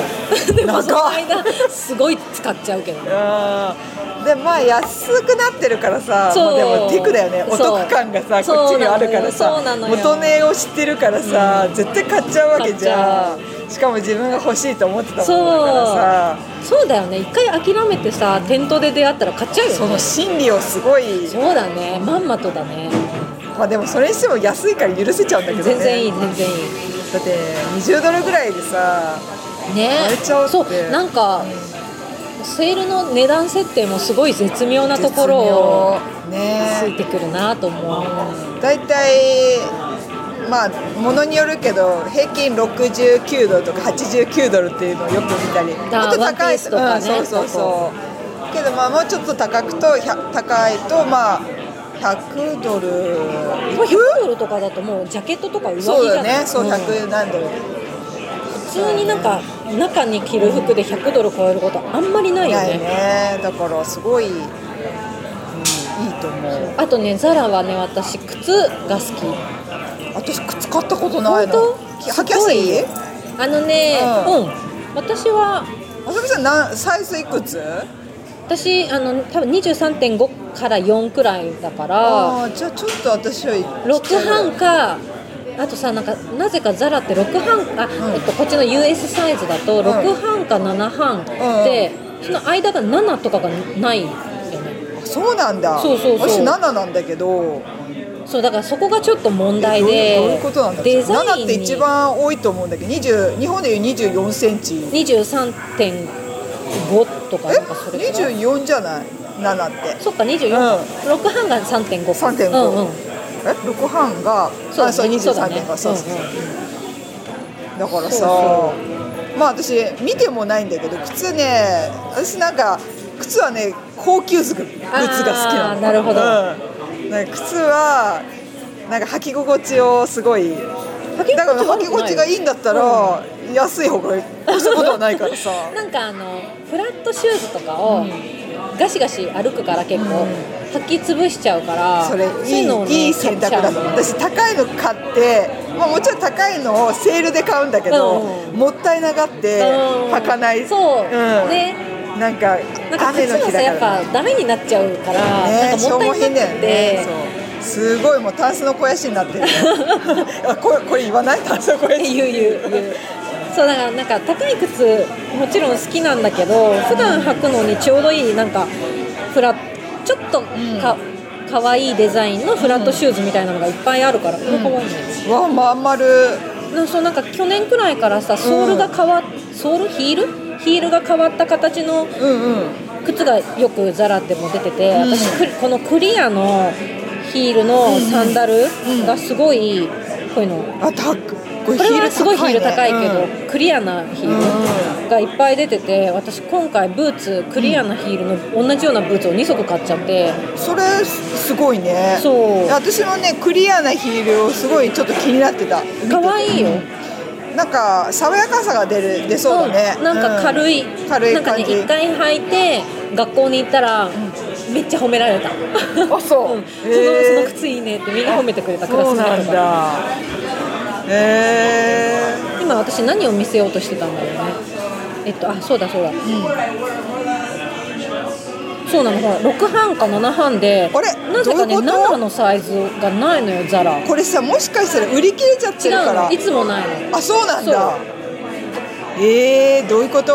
[SPEAKER 2] るで
[SPEAKER 1] 長っ
[SPEAKER 2] もその間すごい使っちゃうけど
[SPEAKER 1] うんでまあ安くなってるからさ
[SPEAKER 2] そう
[SPEAKER 1] もうでもテクだよねお
[SPEAKER 2] そう
[SPEAKER 1] 得感がさ
[SPEAKER 2] そう
[SPEAKER 1] こっちにあるからさ
[SPEAKER 2] そうなのよ
[SPEAKER 1] 元値を知ってるからさ、絶対買っちゃうわけじゃん
[SPEAKER 2] 買
[SPEAKER 1] しかも自分が欲しいと思ってたも
[SPEAKER 2] そ
[SPEAKER 1] のだからさ
[SPEAKER 2] うそうだよね一回諦めてさ店頭で出会ったら買っちゃう
[SPEAKER 1] [LAUGHS] その
[SPEAKER 2] よね
[SPEAKER 1] 心理をすごい
[SPEAKER 2] そうだねまんまとだね
[SPEAKER 1] まあでもそれにしても安いから許せちゃうんだけどね
[SPEAKER 2] 全然いい全然いい
[SPEAKER 1] だって20ドルぐらいでさ
[SPEAKER 2] ね
[SPEAKER 1] 買えちゃうって
[SPEAKER 2] そうなんかセールの値段設定もすごい絶妙なところを
[SPEAKER 1] 絶妙ね
[SPEAKER 2] ついてくるなと思う
[SPEAKER 1] 大体まあものによるけど平均69ドルとか89ドルっていうのをよく見たりもっ
[SPEAKER 2] あー
[SPEAKER 1] と高
[SPEAKER 2] ワンピ
[SPEAKER 1] い
[SPEAKER 2] ースとかね
[SPEAKER 1] うん、そうそうそうけどまあもうちょっと高くと100高いとまあ100ドル
[SPEAKER 2] これ100ドルとかだともうジャケットとか上着じゃ
[SPEAKER 1] そうだ
[SPEAKER 2] な
[SPEAKER 1] よ
[SPEAKER 2] い
[SPEAKER 1] ねそう
[SPEAKER 2] うん
[SPEAKER 1] 100何ドル、
[SPEAKER 2] 普通になんか中に着る服で100ドル超えることあんまりないよ
[SPEAKER 1] ない
[SPEAKER 2] ね
[SPEAKER 1] ねだからすごい、うんいいと思う
[SPEAKER 2] あとねザラはね私靴が好き
[SPEAKER 1] 私靴買ったことないの
[SPEAKER 2] 本当
[SPEAKER 1] 履きやすい
[SPEAKER 2] すあのね
[SPEAKER 1] う
[SPEAKER 2] うん、私は
[SPEAKER 1] あさみさんなんサイズいくつ
[SPEAKER 2] 私あの多分23.5から4くらいだから
[SPEAKER 1] あーじゃあちょっと私は
[SPEAKER 2] 6半かあとさなんかなぜかザラって6半あ、
[SPEAKER 1] うん
[SPEAKER 2] えっと、こっちの US サイズだと6半か7半で、その間が7とかがないよね
[SPEAKER 1] あそうなんだ
[SPEAKER 2] そうそうそう
[SPEAKER 1] 私7なんだけど
[SPEAKER 2] そうだからそこがちょっと問題
[SPEAKER 1] どういうどうい
[SPEAKER 2] で
[SPEAKER 1] うことなんだ
[SPEAKER 2] デザイ
[SPEAKER 1] 7
[SPEAKER 2] ン
[SPEAKER 1] って一
[SPEAKER 2] に
[SPEAKER 1] 番多いと思うんだけど20日本でいう24センチ
[SPEAKER 2] 23.5と
[SPEAKER 1] え
[SPEAKER 2] かなんかそれぐらい
[SPEAKER 1] 24じゃない7って
[SPEAKER 2] そっか24、
[SPEAKER 1] う
[SPEAKER 2] 6半が3.5か
[SPEAKER 1] 3.5
[SPEAKER 2] うんうん
[SPEAKER 1] え6半が
[SPEAKER 2] そう
[SPEAKER 1] あそう
[SPEAKER 2] ねそうだ
[SPEAKER 1] 23
[SPEAKER 2] ね
[SPEAKER 1] 点かそうそうそう
[SPEAKER 2] うんうん
[SPEAKER 1] だからさ
[SPEAKER 2] そ
[SPEAKER 1] まあ私見てもないんだけど靴ね私なんか靴はね高級靴グッズが好きな
[SPEAKER 2] あ
[SPEAKER 1] の
[SPEAKER 2] ーなるほど
[SPEAKER 1] うん、なんか靴はなんか履き心地をすごい
[SPEAKER 2] 履き心地
[SPEAKER 1] だから履き
[SPEAKER 2] 悪くない
[SPEAKER 1] 心地がいいんだったら、安い方がいいしたことはないから
[SPEAKER 2] [LAUGHS]
[SPEAKER 1] さ
[SPEAKER 2] なんかあのフラットシューズとかをガシガシ歩くから結構履き潰しちゃうから
[SPEAKER 1] それ
[SPEAKER 2] う
[SPEAKER 1] いい,、
[SPEAKER 2] うのをね
[SPEAKER 1] いい選択だと思う
[SPEAKER 2] 買っち
[SPEAKER 1] 私高いの買って、まあ、もちろん高いのをセールで買うんだけど、
[SPEAKER 2] うん
[SPEAKER 1] もったいながって
[SPEAKER 2] ゃううん
[SPEAKER 1] [LAUGHS] 履かない、
[SPEAKER 2] そう、
[SPEAKER 1] ん
[SPEAKER 2] ね
[SPEAKER 1] なんか
[SPEAKER 2] なんか
[SPEAKER 1] 雨
[SPEAKER 2] 靴
[SPEAKER 1] の
[SPEAKER 2] が
[SPEAKER 1] 日
[SPEAKER 2] さ
[SPEAKER 1] だ
[SPEAKER 2] やっ
[SPEAKER 1] から
[SPEAKER 2] ぱダメになっちゃうから、
[SPEAKER 1] ね
[SPEAKER 2] なんかもったいなくて、
[SPEAKER 1] そうすごいもうタンスの肥やしになって
[SPEAKER 2] [LAUGHS]
[SPEAKER 1] るあこれこれ言わないタンスの肥やし
[SPEAKER 2] 言う言う言うそうだからなんか高い靴もちろん好きなんだけど普段履くのにちょうどいいなんかフラちょっとか、可愛いデザインのフラットシューズみたいなのがいっぱいあるから、これ可愛いね。
[SPEAKER 1] わまん丸
[SPEAKER 2] なんかそうなんか去年くらいからさソールが変わっ、ソールヒールヒールが変わった形の
[SPEAKER 1] うんうん
[SPEAKER 2] 靴がよくザラでも出てて、
[SPEAKER 1] うん
[SPEAKER 2] 私クリこのクリアのヒールのサンダル
[SPEAKER 1] うん
[SPEAKER 2] がすごい、こういうの
[SPEAKER 1] あたっこ
[SPEAKER 2] これはすごいヒール高いけど、
[SPEAKER 1] うん
[SPEAKER 2] クリアなヒールがいっぱい出てて私今回ブーツクリアなヒールの同じようなブーツを2足買っちゃって
[SPEAKER 1] それすごいね
[SPEAKER 2] そう
[SPEAKER 1] 私もねクリアなヒールをすごいちょっと気になってた
[SPEAKER 2] 可愛いよ、
[SPEAKER 1] なんか爽やかさが出る出そうだね
[SPEAKER 2] なんか軽い、
[SPEAKER 1] うん軽い
[SPEAKER 2] なんかね
[SPEAKER 1] 感じ
[SPEAKER 2] 一回履いて学校に行ったら、めっちゃ褒められた
[SPEAKER 1] うんあそう、
[SPEAKER 2] [LAUGHS] うん、そ
[SPEAKER 1] へー
[SPEAKER 2] のその靴いいねってみんな褒めてくれたクラ
[SPEAKER 1] そ
[SPEAKER 2] ス
[SPEAKER 1] う
[SPEAKER 2] メ
[SPEAKER 1] な
[SPEAKER 2] ー
[SPEAKER 1] ん
[SPEAKER 2] トが
[SPEAKER 1] だへえ
[SPEAKER 2] 今私何を見せようとしてたんだろうねえっとあそうだそうだ、そうなのほら6半か7半で
[SPEAKER 1] あれ
[SPEAKER 2] なぜかね
[SPEAKER 1] どういうこと
[SPEAKER 2] 7のサイズがないのよザラ違う
[SPEAKER 1] これさもしかしたら売り切れちゃってるか
[SPEAKER 2] の
[SPEAKER 1] ら
[SPEAKER 2] いつもないの
[SPEAKER 1] あそうなん
[SPEAKER 2] そ
[SPEAKER 1] だえー、どういうこと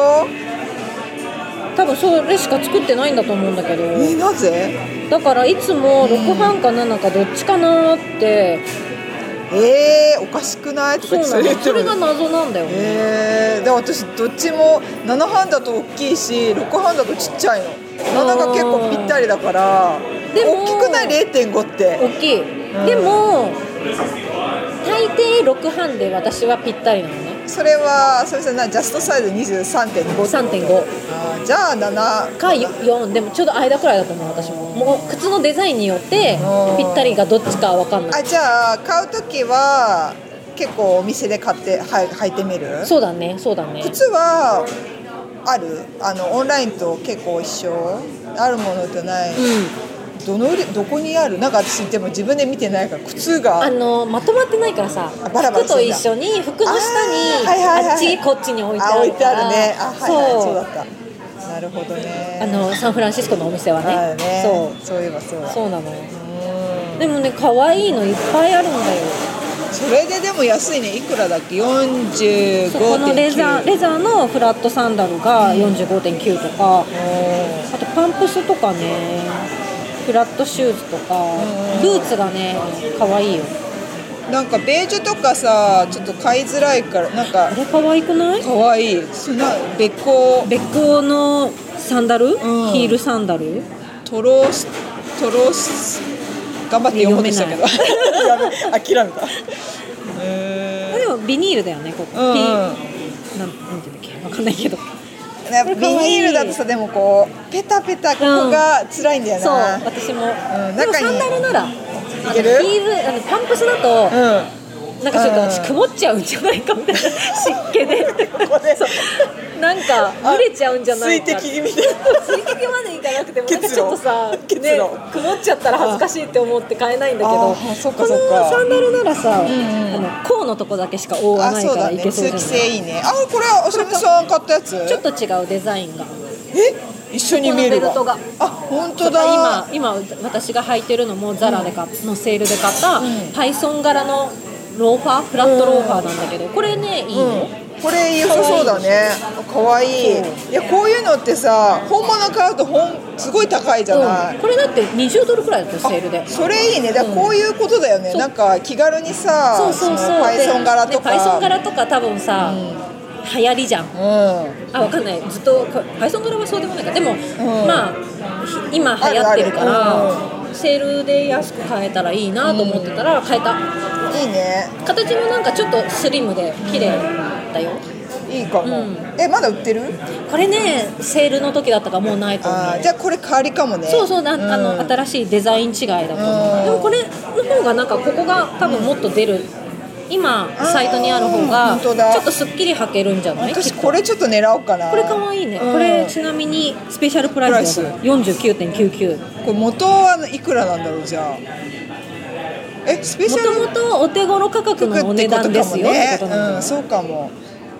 [SPEAKER 2] 多分それしか作ってないんだと思うんだけど
[SPEAKER 1] えー、なぜ
[SPEAKER 2] だからいつも6半か7かどっちかなーって
[SPEAKER 1] えー、おかしくないと
[SPEAKER 2] そ
[SPEAKER 1] か
[SPEAKER 2] う
[SPEAKER 1] 言って
[SPEAKER 2] な
[SPEAKER 1] それ
[SPEAKER 2] の
[SPEAKER 1] [LAUGHS] 言って
[SPEAKER 2] そ
[SPEAKER 1] も
[SPEAKER 2] れが謎なんだよね
[SPEAKER 1] えー、で私どっちも7半だと大きいし6半だとちっちゃいの7が結構ぴったりだから
[SPEAKER 2] でも
[SPEAKER 1] 大きくない0.5って
[SPEAKER 2] 大きい
[SPEAKER 1] ん
[SPEAKER 2] でも大抵6半で私はぴったりなのね
[SPEAKER 1] それはそれさなジャストサイズ23.5
[SPEAKER 2] 3.5
[SPEAKER 1] あーじゃあ7
[SPEAKER 2] か4でもちょうど間くらいだと思う私ももう靴のデザインによって
[SPEAKER 1] うん
[SPEAKER 2] ぴったりがどっちかわかんない
[SPEAKER 1] あじゃあ買う時は結構お店で買ってはい履いてみる
[SPEAKER 2] そうだねそうだね
[SPEAKER 1] 靴はあるあのオンラインと結構一緒あるものとない、
[SPEAKER 2] うん
[SPEAKER 1] どの売りどこにあるなんか私でも自分で見てないから靴
[SPEAKER 2] あ
[SPEAKER 1] が
[SPEAKER 2] のまとまってないからさ
[SPEAKER 1] あバラバラ
[SPEAKER 2] 服と一緒に服の下に
[SPEAKER 1] あーはいはいはい
[SPEAKER 2] あっちこっちに置いて
[SPEAKER 1] あ
[SPEAKER 2] あ
[SPEAKER 1] 置
[SPEAKER 2] る
[SPEAKER 1] いて
[SPEAKER 2] か
[SPEAKER 1] あ
[SPEAKER 2] ら
[SPEAKER 1] るねあはいはいそうだ
[SPEAKER 2] そう
[SPEAKER 1] ったなるほどね
[SPEAKER 2] あのサンフランシスコのお店は
[SPEAKER 1] あるね
[SPEAKER 2] ねそ
[SPEAKER 1] そ
[SPEAKER 2] う
[SPEAKER 1] ういえばそうだ
[SPEAKER 2] そうなの
[SPEAKER 1] うん
[SPEAKER 2] でもね可愛いのいっぱいあるんだよ
[SPEAKER 1] それででも安いねいくらだっけ45.9
[SPEAKER 2] そうこのレザーレザーのフラットサンダルが45.9とか、
[SPEAKER 1] うん
[SPEAKER 2] あとパンプスとかねフラットシューズとか
[SPEAKER 1] うん
[SPEAKER 2] ブーツがね可愛いよ
[SPEAKER 1] なんかベージュとかさちょっと買いづらいからなんか
[SPEAKER 2] あれ可愛くない
[SPEAKER 1] 可愛いそんなべっこ
[SPEAKER 2] 別行のサンダ
[SPEAKER 1] ん
[SPEAKER 2] ル、ヒールサンダル
[SPEAKER 1] トロストロス頑張って読もうとしたけどやべ諦めた
[SPEAKER 2] あでもビニールだよねここ、
[SPEAKER 1] うんうん
[SPEAKER 2] ピーなんなんていうんだっけわかんないけど
[SPEAKER 1] やっぱビニールだとさでもこうペタペタここが辛いんだよ
[SPEAKER 2] そう
[SPEAKER 1] な、うん
[SPEAKER 2] 私も、
[SPEAKER 1] ん
[SPEAKER 2] でも
[SPEAKER 1] 中に
[SPEAKER 2] サンダルならあの
[SPEAKER 1] いける
[SPEAKER 2] ヒールあのパンプスだと、なんかちょっと私
[SPEAKER 1] うん
[SPEAKER 2] 曇っちゃうんじゃないかみたいな湿気で
[SPEAKER 1] これ
[SPEAKER 2] そうなんか蒸れちゃうんじゃないか
[SPEAKER 1] 水滴みたいな
[SPEAKER 2] 水滴までいかなくても
[SPEAKER 1] 結
[SPEAKER 2] な
[SPEAKER 1] 露
[SPEAKER 2] んかちょっとさ、
[SPEAKER 1] 結
[SPEAKER 2] ね
[SPEAKER 1] 露、
[SPEAKER 2] 曇っちゃったら恥ずかしいって思って買えないんだけ
[SPEAKER 1] あ
[SPEAKER 2] ど
[SPEAKER 1] ーそっか
[SPEAKER 2] こ
[SPEAKER 1] そっか
[SPEAKER 2] のサンダルならさ、
[SPEAKER 1] んうん
[SPEAKER 2] あの甲のとこだけしか覆わ
[SPEAKER 1] あ
[SPEAKER 2] ない
[SPEAKER 1] そう
[SPEAKER 2] か
[SPEAKER 1] だ
[SPEAKER 2] らい
[SPEAKER 1] ね
[SPEAKER 2] けそう
[SPEAKER 1] 通
[SPEAKER 2] じゃ
[SPEAKER 1] 気
[SPEAKER 2] ない、
[SPEAKER 1] 性いいねあこれはおしゃみさん買ったやつ
[SPEAKER 2] ちょっと違うデザインが
[SPEAKER 1] え一緒に見えるわ
[SPEAKER 2] ここのベル
[SPEAKER 1] あ本
[SPEAKER 2] と
[SPEAKER 1] 当だ
[SPEAKER 2] か今今私が履いてるのもザラで買っのセールで買った、
[SPEAKER 1] ん
[SPEAKER 2] パイソン柄のローファーフラットローファーなんだけどこれねいいの、
[SPEAKER 1] うん、これ良さそうだねかわいい
[SPEAKER 2] そ
[SPEAKER 1] いやこういうのってさ本物買うと本すごい高いじゃない、
[SPEAKER 2] うんこれだって20ドルくらいだったよセールで
[SPEAKER 1] あそれいいねだから
[SPEAKER 2] うん
[SPEAKER 1] こういうことだよね、
[SPEAKER 2] そう
[SPEAKER 1] なんか気軽にさ
[SPEAKER 2] そうそうそう
[SPEAKER 1] のパイソン柄とか、
[SPEAKER 2] でねパイソン柄とか多分さ、流行りじゃん
[SPEAKER 1] うん
[SPEAKER 2] あわかんないずっとこパイソン柄はそうでもないかでも、
[SPEAKER 1] ん
[SPEAKER 2] まあひ今流行ってるか
[SPEAKER 1] ある
[SPEAKER 2] ら
[SPEAKER 1] あ
[SPEAKER 2] セールで安く買えたらいいなと思ってたら買えた
[SPEAKER 1] いいね
[SPEAKER 2] 形もなんかちょっとスリムで綺麗だよ
[SPEAKER 1] いいかも、
[SPEAKER 2] うん
[SPEAKER 1] えまだ売ってる
[SPEAKER 2] これねセールの時だったからもうないと思う
[SPEAKER 1] あーじゃあこれ代わりかもね
[SPEAKER 2] そうそうな、あ
[SPEAKER 1] うん
[SPEAKER 2] の新しいデザイン違いだと思う、
[SPEAKER 1] うん
[SPEAKER 2] でもこれの方がなんかここが多分もっと出る今
[SPEAKER 1] あー
[SPEAKER 2] サイトにある方が
[SPEAKER 1] 本
[SPEAKER 2] ちょ
[SPEAKER 1] 当だ
[SPEAKER 2] っとすっきり履けるんじゃない
[SPEAKER 1] 私
[SPEAKER 2] きっと
[SPEAKER 1] これちょっと狙おうかな
[SPEAKER 2] これかわいいね、
[SPEAKER 1] うん
[SPEAKER 2] これちなみにスペシャルプライスだよ49.99
[SPEAKER 1] これ元はいくらなんだろうじゃあえスペシ
[SPEAKER 2] も
[SPEAKER 1] ャル
[SPEAKER 2] ともとお手頃価格のお値段ですよってこと
[SPEAKER 1] う
[SPEAKER 2] なん
[SPEAKER 1] ん、
[SPEAKER 2] だ
[SPEAKER 1] そうかも。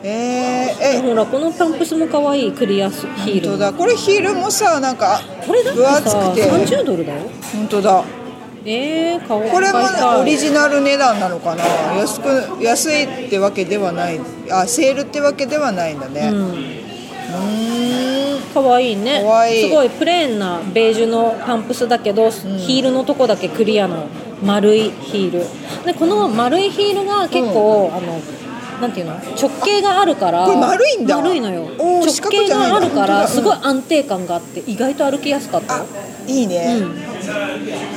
[SPEAKER 1] えー、え、
[SPEAKER 2] ほらこのパンプスも可愛いクリアヒ
[SPEAKER 1] 本
[SPEAKER 2] ー
[SPEAKER 1] 当
[SPEAKER 2] ル
[SPEAKER 1] だ。これヒールもさ、なんか
[SPEAKER 2] これだ
[SPEAKER 1] 分
[SPEAKER 2] って
[SPEAKER 1] 厚
[SPEAKER 2] さ
[SPEAKER 1] くて、
[SPEAKER 2] 30ドルだよ
[SPEAKER 1] 本当だ。
[SPEAKER 2] えー、顔
[SPEAKER 1] これもね
[SPEAKER 2] 買いたい
[SPEAKER 1] オリジナル値段なのかな。安く安いってわけではない。あ、セールってわけではないんだね。う
[SPEAKER 2] うん
[SPEAKER 1] ーん。
[SPEAKER 2] 可愛いね
[SPEAKER 1] 可愛い
[SPEAKER 2] すごいプレーンなベージュのパンプスだけど、ヒールのとこだけクリアの丸いヒールでこの丸いヒールが結構、あのなんていうの直径があるから
[SPEAKER 1] これ丸いんだ
[SPEAKER 2] 丸いのよ
[SPEAKER 1] おー
[SPEAKER 2] 直
[SPEAKER 1] 四角
[SPEAKER 2] 径
[SPEAKER 1] じゃないんだ本当だ
[SPEAKER 2] があるから
[SPEAKER 1] うん
[SPEAKER 2] すごい安定感があって意外と歩きやすかった
[SPEAKER 1] あ
[SPEAKER 2] よ、
[SPEAKER 1] いいね。
[SPEAKER 2] うん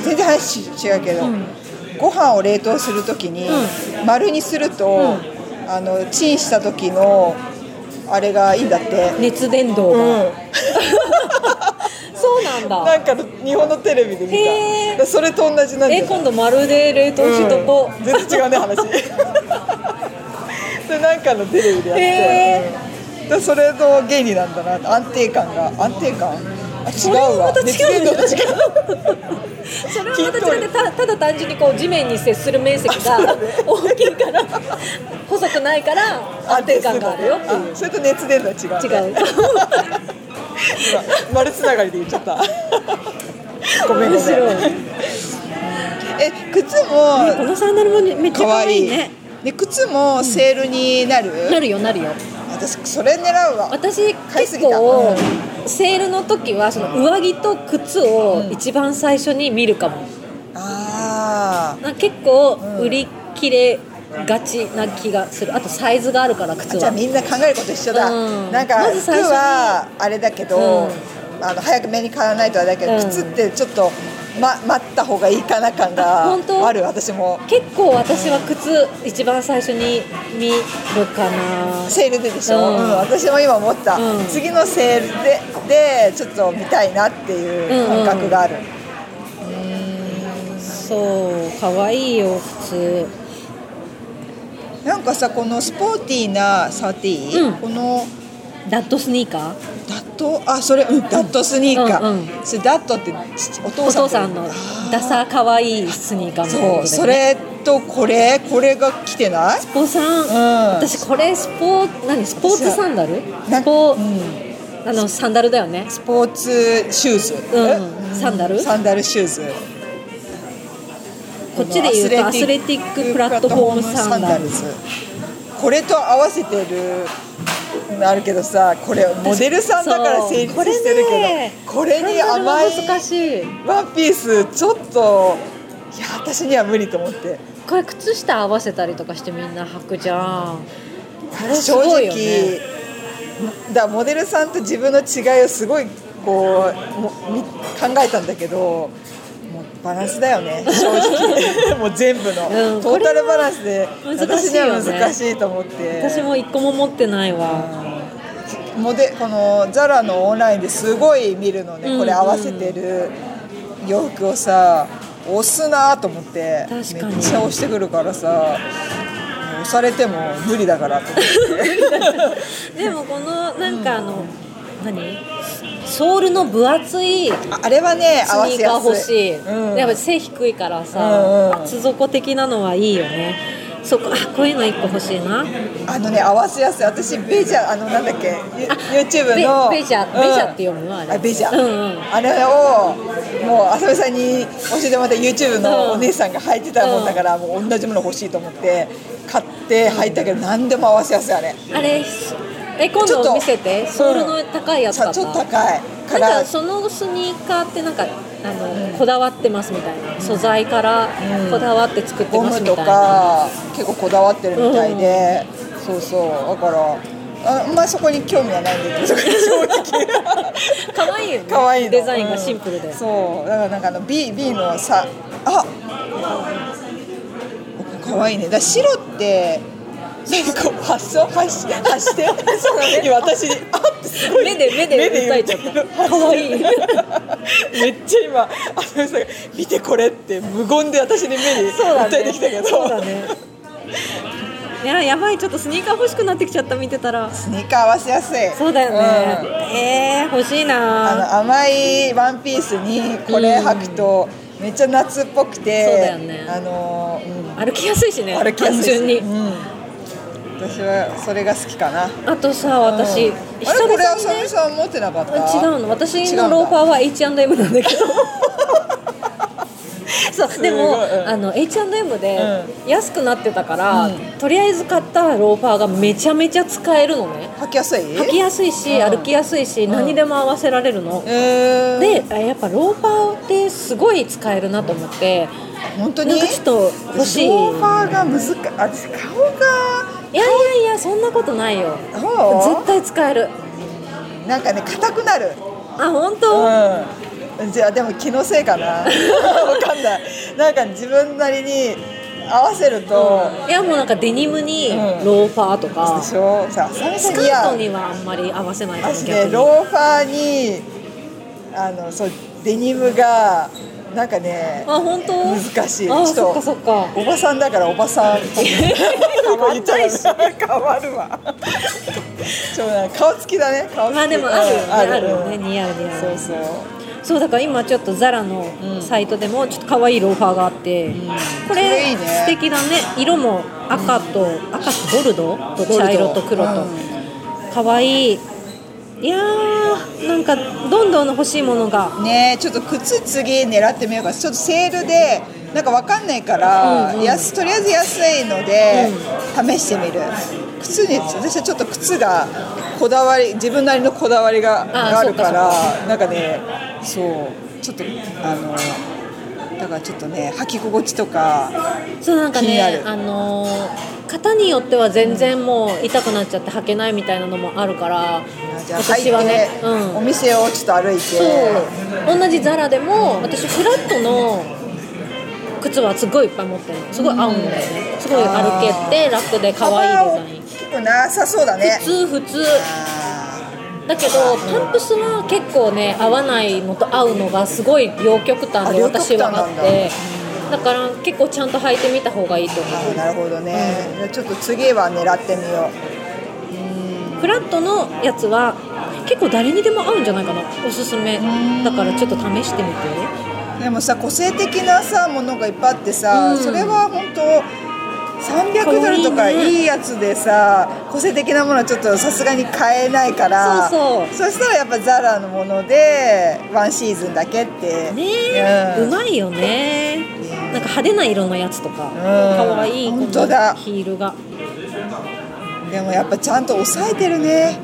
[SPEAKER 1] 全然話違うけど、
[SPEAKER 2] うん
[SPEAKER 1] ご飯を冷凍するときに
[SPEAKER 2] う
[SPEAKER 1] 丸にすると、あのチンした時のあれがいいんだって。
[SPEAKER 2] 熱伝導
[SPEAKER 1] う
[SPEAKER 2] が、
[SPEAKER 1] ん。
[SPEAKER 2] [LAUGHS] そうなんだ
[SPEAKER 1] なんか日本のテレビで見た
[SPEAKER 2] へー
[SPEAKER 1] だからそれと同じなんじゃ
[SPEAKER 2] え
[SPEAKER 1] ない
[SPEAKER 2] 今度丸で冷凍しとこ
[SPEAKER 1] うん全然違うね話それなんかのテレビでやって、う
[SPEAKER 2] へ
[SPEAKER 1] んだからそれの原理なんだなって安定感が安定感あ違
[SPEAKER 2] それ
[SPEAKER 1] う
[SPEAKER 2] も
[SPEAKER 1] わ
[SPEAKER 2] また違う
[SPEAKER 1] 熱伝導と違う
[SPEAKER 2] それはまた違ってたただ単純にこう地面に接する面積が大きいから細くないから [LAUGHS] 安定感があるよっていう
[SPEAKER 1] あそれと熱伝導は違う
[SPEAKER 2] 違う
[SPEAKER 1] 今丸つながりで言っちゃった
[SPEAKER 2] [LAUGHS]
[SPEAKER 1] ごめんご
[SPEAKER 2] 面
[SPEAKER 1] めん
[SPEAKER 2] 白い
[SPEAKER 1] え靴
[SPEAKER 2] こ
[SPEAKER 1] も
[SPEAKER 2] のサンダルもめっちゃ
[SPEAKER 1] 可
[SPEAKER 2] 可愛
[SPEAKER 1] 愛
[SPEAKER 2] い
[SPEAKER 1] い
[SPEAKER 2] ね
[SPEAKER 1] で靴もセールになる、
[SPEAKER 2] なるよなるよ
[SPEAKER 1] 私それ狙うわ
[SPEAKER 2] 私
[SPEAKER 1] 買いす
[SPEAKER 2] 結
[SPEAKER 1] ぎた
[SPEAKER 2] 構セールの時はその上着と靴を一番最初に見るかも
[SPEAKER 1] あ
[SPEAKER 2] なんか結構
[SPEAKER 1] ん
[SPEAKER 2] 売り切れがちな気がするあとサイズがあるから
[SPEAKER 1] あ
[SPEAKER 2] 靴
[SPEAKER 1] じゃあ
[SPEAKER 2] は
[SPEAKER 1] みんな考えること一緒だ、
[SPEAKER 2] うん
[SPEAKER 1] なんか
[SPEAKER 2] まず
[SPEAKER 1] 服
[SPEAKER 2] 最初に
[SPEAKER 1] はあれだけど、
[SPEAKER 2] うん
[SPEAKER 1] あの早く目に買わないとあれだけど、
[SPEAKER 2] うん
[SPEAKER 1] 靴ってちょっと、ま、待った方がいいかな感が
[SPEAKER 2] 本当
[SPEAKER 1] ある私も
[SPEAKER 2] 結構私は靴一番最初に見るかな
[SPEAKER 1] セールででしょ、
[SPEAKER 2] うん
[SPEAKER 1] うん私も今思った、
[SPEAKER 2] うん
[SPEAKER 1] 次のセールででちょっと見たいなっていう感覚がある、
[SPEAKER 2] そう可愛いよ普通
[SPEAKER 1] なんかさこのスポーティーなサーティー、
[SPEAKER 2] うん
[SPEAKER 1] この
[SPEAKER 2] ダットスニーカー
[SPEAKER 1] ダットあそれ、うん、ダットスニーカー、
[SPEAKER 2] うん
[SPEAKER 1] それダットってちお
[SPEAKER 2] お
[SPEAKER 1] 父さん
[SPEAKER 2] 父さんのダサ可愛いスニーカーの
[SPEAKER 1] そう、
[SPEAKER 2] こと
[SPEAKER 1] そ
[SPEAKER 2] だよね
[SPEAKER 1] れとこれこれが来てない
[SPEAKER 2] スポさん、
[SPEAKER 1] ん
[SPEAKER 2] 私これスポー何スポーツサンダル
[SPEAKER 1] なん
[SPEAKER 2] スポ、
[SPEAKER 1] うん
[SPEAKER 2] あのサンダルだよね
[SPEAKER 1] スポーツシューズ、
[SPEAKER 2] うんサンダル
[SPEAKER 1] サンダルシューズ
[SPEAKER 2] こっちで言うとアスレティックプラットフォームサンダル
[SPEAKER 1] ズこれと合わせてるのあるけどさこれモデルさんだから成立してるけどこれ,、に甘い
[SPEAKER 2] サンダルは難しい
[SPEAKER 1] ワンピースちょっといや私には無理と思って
[SPEAKER 2] これ靴下合わせたりとかしてみんな履くじゃんれす
[SPEAKER 1] 正
[SPEAKER 2] ごいよ
[SPEAKER 1] 直
[SPEAKER 2] ね
[SPEAKER 1] だからモデルさんと自分の違いをすごいこうもみ考えたんだけどもうバランスだよね正
[SPEAKER 2] [LAUGHS]
[SPEAKER 1] 直もう全部の、
[SPEAKER 2] うん
[SPEAKER 1] トータルバランスで
[SPEAKER 2] これは難し
[SPEAKER 1] 私
[SPEAKER 2] い
[SPEAKER 1] に
[SPEAKER 2] よね
[SPEAKER 1] は難しいと思って
[SPEAKER 2] 私も一個も持ってないわ
[SPEAKER 1] モデこのザラのオンラインですごい見るのね、
[SPEAKER 2] うん
[SPEAKER 1] これ合わせてる洋服をさ押すなと思って
[SPEAKER 2] 確かに
[SPEAKER 1] めっちゃ押してくるからさ押されても無理だからと思って
[SPEAKER 2] でもこのなんかあの、何ソールの分厚い
[SPEAKER 1] ああれはね
[SPEAKER 2] ス
[SPEAKER 1] 合わ
[SPEAKER 2] ニ
[SPEAKER 1] せ
[SPEAKER 2] ーカ
[SPEAKER 1] や
[SPEAKER 2] ー欲
[SPEAKER 1] す
[SPEAKER 2] し
[SPEAKER 1] い
[SPEAKER 2] い、
[SPEAKER 1] うん
[SPEAKER 2] やっぱ背低いから
[SPEAKER 1] うん
[SPEAKER 2] さ、
[SPEAKER 1] うん
[SPEAKER 2] 厚底的なのはいいよねそこあこういうの一個欲しいな
[SPEAKER 1] あのね合わせやすい私ベジャあのなんだっけユ YouTube の
[SPEAKER 2] ベベジャ
[SPEAKER 1] うん
[SPEAKER 2] ベジャって読むわあれ
[SPEAKER 1] あベジャ、
[SPEAKER 2] うんうん
[SPEAKER 1] あれをもう浅見さんに教えてもらった YouTube のお姉さんが履いてたもんだから、もう同じもの欲しいと思って買って履いたけど何でも合わせやすいあれ
[SPEAKER 2] あれえ今
[SPEAKER 1] ちょっ
[SPEAKER 2] 度
[SPEAKER 1] と
[SPEAKER 2] 見せてソールの高いやつ
[SPEAKER 1] ちょ
[SPEAKER 2] だ
[SPEAKER 1] っ
[SPEAKER 2] った
[SPEAKER 1] と高いか
[SPEAKER 2] な
[SPEAKER 1] ら
[SPEAKER 2] んかそのスニーカーってなんかあの、こだわってますみたいな素材から
[SPEAKER 1] うん
[SPEAKER 2] こだわって作って
[SPEAKER 1] ゴ
[SPEAKER 2] ま
[SPEAKER 1] ム
[SPEAKER 2] すみた
[SPEAKER 1] と
[SPEAKER 2] いな、
[SPEAKER 1] か結構こだわってるみたいで、そうそうだからああんまりそこに興味はないんだけど正直
[SPEAKER 2] 可愛いよね
[SPEAKER 1] 可愛いの
[SPEAKER 2] デザインがシンプルで、
[SPEAKER 1] うんそうだからなんかあの B, B のさあ可愛いねだから白ってなんかこう発想発し発してそうだね今私にあってすごい
[SPEAKER 2] 目で目で訴えちゃ
[SPEAKER 1] 目で言
[SPEAKER 2] っ
[SPEAKER 1] う
[SPEAKER 2] た可愛い
[SPEAKER 1] めっちゃ今あのさ見てこれって無言で私に目に
[SPEAKER 2] そうだね
[SPEAKER 1] 訴えてきたけど
[SPEAKER 2] そうだねいややばいちょっとスニーカー欲しくなってきちゃった見てたら
[SPEAKER 1] スニーカー合わせやすい
[SPEAKER 2] そうだよね、
[SPEAKER 1] うん
[SPEAKER 2] えー、欲しい
[SPEAKER 1] あ
[SPEAKER 2] な
[SPEAKER 1] の甘いワンピースにこれ履くとめっちゃ夏っぽくて、
[SPEAKER 2] そうだよね
[SPEAKER 1] あのー
[SPEAKER 2] 歩きやすいし
[SPEAKER 1] う
[SPEAKER 2] ね
[SPEAKER 1] ん、歩きやすいし
[SPEAKER 2] 単純に、
[SPEAKER 1] うん、私はそれが好きかな
[SPEAKER 2] あとさ私、
[SPEAKER 1] うんあ
[SPEAKER 2] 久
[SPEAKER 1] れこれ
[SPEAKER 2] 々に
[SPEAKER 1] 浅
[SPEAKER 2] ね
[SPEAKER 1] 見さん持ってなかった
[SPEAKER 2] 違うの私のローファ
[SPEAKER 1] ー
[SPEAKER 2] ーは H&M なんだけ
[SPEAKER 1] [LAUGHS]
[SPEAKER 2] どそうでも、
[SPEAKER 1] すごいうん
[SPEAKER 2] あの H&M で
[SPEAKER 1] う
[SPEAKER 2] 安くなってたから、
[SPEAKER 1] うん
[SPEAKER 2] とりあえず買ったローファーがめちゃめちゃ使えるのね
[SPEAKER 1] 履きやすい
[SPEAKER 2] 履きやすいし、
[SPEAKER 1] うん
[SPEAKER 2] 歩きやすいし、
[SPEAKER 1] ん
[SPEAKER 2] 何でも合わせられるの、
[SPEAKER 1] えー、
[SPEAKER 2] であやっぱローファーってすごい使えるなと思って、
[SPEAKER 1] 本当に
[SPEAKER 2] なんかちょっと欲しい
[SPEAKER 1] ローファーが難しい私顔が
[SPEAKER 2] いやいやいやそんなことないよ
[SPEAKER 1] そ
[SPEAKER 2] 絶対使える
[SPEAKER 1] うなんかね硬くなる
[SPEAKER 2] あ本当、
[SPEAKER 1] うん、じゃあでも気のせいかな [LAUGHS] わかんないなんか自分なりに合わせると、
[SPEAKER 2] いやもうなんかデニムに
[SPEAKER 1] うん
[SPEAKER 2] ローファーとか、
[SPEAKER 1] でしょさあ浅見さ
[SPEAKER 2] ス
[SPEAKER 1] ん
[SPEAKER 2] カ
[SPEAKER 1] い
[SPEAKER 2] ート
[SPEAKER 1] や
[SPEAKER 2] にはあんまり合わせないかも
[SPEAKER 1] 私
[SPEAKER 2] 逆
[SPEAKER 1] ね
[SPEAKER 2] に
[SPEAKER 1] ローファーにあのそうデニムがなんかね
[SPEAKER 2] あ本当
[SPEAKER 1] 難しい
[SPEAKER 2] あ
[SPEAKER 1] ちょっと
[SPEAKER 2] そっかそっか
[SPEAKER 1] おばさんだからおばさん
[SPEAKER 2] [LAUGHS]
[SPEAKER 1] 変
[SPEAKER 2] わんないし
[SPEAKER 1] 変わるわちょっとなんか顔つきだね顔つき
[SPEAKER 2] まあでもあるよね
[SPEAKER 1] うん
[SPEAKER 2] あるよね
[SPEAKER 1] うん
[SPEAKER 2] 似合う似合う
[SPEAKER 1] そうそう
[SPEAKER 2] そうだから今ちょっとザラの
[SPEAKER 1] うん
[SPEAKER 2] サイトでもちょっと可愛いローファーがあって、こ
[SPEAKER 1] それい
[SPEAKER 2] れ
[SPEAKER 1] いね
[SPEAKER 2] 素敵だね色も赤と、赤とボルドーと茶色と黒
[SPEAKER 1] う
[SPEAKER 2] と、
[SPEAKER 1] ん
[SPEAKER 2] 可愛いいやーなんかどんどん欲しいものが
[SPEAKER 1] ねえちょっと靴次狙ってみようかちょっとセールでなんかわかんないから、
[SPEAKER 2] うんうん
[SPEAKER 1] 安とりあえず安いので、試してみる靴に私はちょっと靴がこだわり自分なりのこだわりが
[SPEAKER 2] あ
[SPEAKER 1] があるから
[SPEAKER 2] そ
[SPEAKER 1] なんかねそうちょっとあのだからちょっとね履き心地とか
[SPEAKER 2] そうなんか
[SPEAKER 1] 気にな
[SPEAKER 2] ね
[SPEAKER 1] る
[SPEAKER 2] あのー型によっては全然もう痛くなっちゃって履けないみたいなのもあるから
[SPEAKER 1] じゃあ履い
[SPEAKER 2] 私
[SPEAKER 1] て、
[SPEAKER 2] はね、うん
[SPEAKER 1] お店をちょっと歩いて
[SPEAKER 2] そう同じザラでも私フラットの靴はすごいいっぱい持ってるすごい合うんだよね、すごい歩けて楽で可愛いデ
[SPEAKER 1] カバ
[SPEAKER 2] ザイン
[SPEAKER 1] ン大きくなさそうだね
[SPEAKER 2] 普通普通
[SPEAKER 1] あ
[SPEAKER 2] だけどパンプスは結構ね合わないのと合うのがすごい両極端
[SPEAKER 1] あ
[SPEAKER 2] で
[SPEAKER 1] 両極端
[SPEAKER 2] 私はあ
[SPEAKER 1] なん
[SPEAKER 2] っ
[SPEAKER 1] だ
[SPEAKER 2] てだから結構ちゃんと履いてみた方がいいと思う
[SPEAKER 1] ーなるほどね、じゃあちょっと次は狙ってみよう
[SPEAKER 2] フラットのやつは結構誰にでも合うんじゃないかなおすすめだからちょっと試してみて
[SPEAKER 1] でもさ個性的なさものがいっぱいあってさ、
[SPEAKER 2] うん
[SPEAKER 1] それは本当300ドルと
[SPEAKER 2] かわ
[SPEAKER 1] か
[SPEAKER 2] いいね
[SPEAKER 1] いいやつでさ個性的なものはちょっとさすがに買えないから
[SPEAKER 2] そうそう
[SPEAKER 1] そしたらやっぱザラのものでワンシーズンだけって
[SPEAKER 2] ねえ、う
[SPEAKER 1] うん
[SPEAKER 2] まいよねなんか派手な色のやつとか、かわいいこの
[SPEAKER 1] 本当だ
[SPEAKER 2] ヒールが
[SPEAKER 1] でもやっぱちゃんと抑えてるね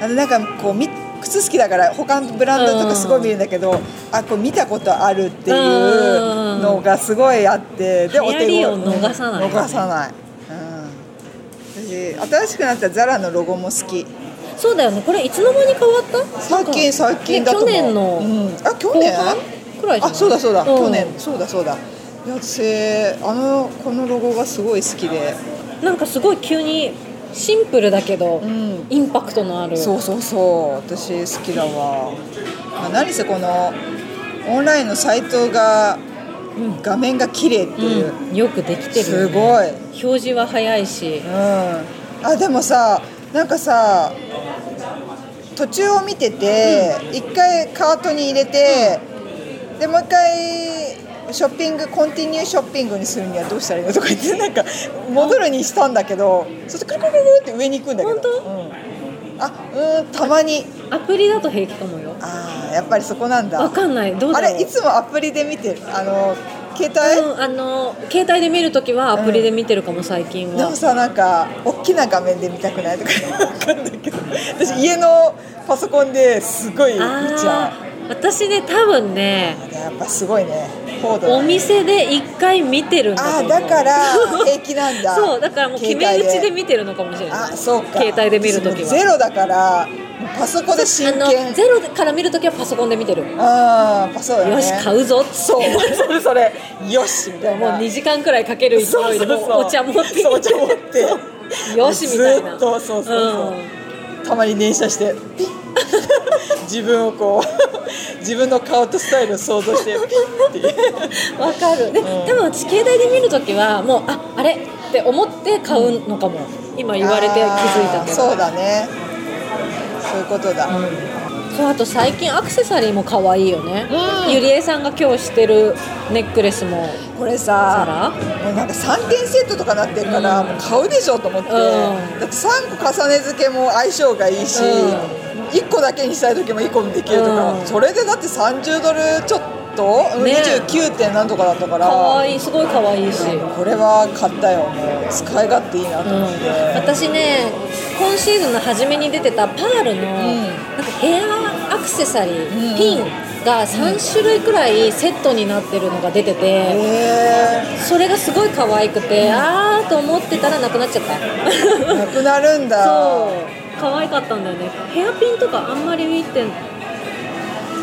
[SPEAKER 1] あのなんかこうみ靴好きだから他のブランドとかすごい見るんだけど、あこう見たことあるっていうのがすごいあって、で
[SPEAKER 2] 流行りを逃さない
[SPEAKER 1] うん逃さない、うん、私新しくなったザラのロゴも好き
[SPEAKER 2] そうだよねこれいつの間に変わった
[SPEAKER 1] 最近最近だと思う
[SPEAKER 2] 去年の
[SPEAKER 1] うん、あ去年
[SPEAKER 2] 後半くらいじゃ
[SPEAKER 1] あ
[SPEAKER 2] ない
[SPEAKER 1] そうだそうだ、
[SPEAKER 2] ん
[SPEAKER 1] 去年そうだそうだいや私あのこのロゴがすごい好きで
[SPEAKER 2] なんかすごい急にシンプルだけど、
[SPEAKER 1] ん
[SPEAKER 2] インパクトのある
[SPEAKER 1] そうそうそう私好きだわ、まあ、何せこのオンラインのサイトが
[SPEAKER 2] うん
[SPEAKER 1] 画面が綺麗っていう、
[SPEAKER 2] うんよくできてるよ
[SPEAKER 1] す
[SPEAKER 2] ね
[SPEAKER 1] ごい
[SPEAKER 2] 表示は早いし
[SPEAKER 1] うん、あでもさなんかさ途中を見てて一、回カートに入れて、でもう一回ショッピングコンティニューショッピングにするにはどうしたらいいのとか言って [LAUGHS] なんか戻るにしたんだけどそしてくるくるくるって上に行くんだけど
[SPEAKER 2] 本
[SPEAKER 1] うん、あうーんたまに
[SPEAKER 2] アプリだと平気かもよ
[SPEAKER 1] あーやっぱりそこなんだ
[SPEAKER 2] わかんないどうだ
[SPEAKER 1] あ
[SPEAKER 2] ろう
[SPEAKER 1] れいつもアプリで見てるあの携
[SPEAKER 2] う
[SPEAKER 1] 帯、
[SPEAKER 2] んあの携帯で見るときはアプリで見てるかも最近
[SPEAKER 1] で
[SPEAKER 2] は、
[SPEAKER 1] もさなんか大きな画面で見たくないとか [LAUGHS] わかんないけど私家のパソコンですごい見ち
[SPEAKER 2] あ
[SPEAKER 1] ゃ
[SPEAKER 2] あ私ね多分ね
[SPEAKER 1] うやっぱすごいね高度
[SPEAKER 2] お
[SPEAKER 1] だね
[SPEAKER 2] 店で一回見てるんだと
[SPEAKER 1] あ
[SPEAKER 2] 思う
[SPEAKER 1] だ
[SPEAKER 2] [LAUGHS]
[SPEAKER 1] から平気なんだ
[SPEAKER 2] そうだからもう決め打ちで見てるのかもしれない
[SPEAKER 1] あそうか
[SPEAKER 2] 携帯で見るときは
[SPEAKER 1] ゼロだからパソコンで真
[SPEAKER 2] あの
[SPEAKER 1] 剣
[SPEAKER 2] ゼロから見るときはパソコンで見てる、
[SPEAKER 1] ああそうだね
[SPEAKER 2] よし買うぞっつ
[SPEAKER 1] そ
[SPEAKER 2] って
[SPEAKER 1] うそれそれよしみたい
[SPEAKER 2] もう
[SPEAKER 1] な
[SPEAKER 2] 2時間くらいかける勢いで
[SPEAKER 1] そうそうそう
[SPEAKER 2] もうお茶持って
[SPEAKER 1] そうお茶持って
[SPEAKER 2] よしみたいな
[SPEAKER 1] ずっとそうそうそう、
[SPEAKER 2] ん
[SPEAKER 1] たまに連射して [LAUGHS] ピッ自分をこう [LAUGHS] 自分の顔とスタイルを想像してピッって
[SPEAKER 2] わかるで、多分私携帯で見るときはもうああれって思って買うのかも、今 [LAUGHS] 言われて気づいた
[SPEAKER 1] あ
[SPEAKER 2] け
[SPEAKER 1] ー
[SPEAKER 2] ど
[SPEAKER 1] そうだねそういうことだ、
[SPEAKER 2] そうあと最近アクセサリーも可愛いよね、
[SPEAKER 1] うん
[SPEAKER 2] ゆりえさんが今日してるネックレスも
[SPEAKER 1] これさもうなんか3点セットとかなってるから、
[SPEAKER 2] うん
[SPEAKER 1] もう買うでしょと思って、
[SPEAKER 2] うん
[SPEAKER 1] だって3個重ね付けも相性がいいし、
[SPEAKER 2] う
[SPEAKER 1] 1個だけにしたい時も1個にできるとか、
[SPEAKER 2] うん
[SPEAKER 1] それでだって30ドルちょっと、
[SPEAKER 2] ね
[SPEAKER 1] 29点なんとかだったから
[SPEAKER 2] 可愛いすごい可愛いし、うん
[SPEAKER 1] これは買ったよもう使い勝手いいなと思って、
[SPEAKER 2] 私ね今シーズンの初めに出てたパール
[SPEAKER 1] ん
[SPEAKER 2] の、なんかヘアアクセサリー、
[SPEAKER 1] うん
[SPEAKER 2] ピンが3種類くらいセットになってるのが出てて、
[SPEAKER 1] え
[SPEAKER 2] それがすごい可愛くて、あーと思ってたらなくなっちゃった
[SPEAKER 1] ー、なくなるんだ
[SPEAKER 2] [LAUGHS] そう可愛かったんだよねヘアピンとかあんまり見てん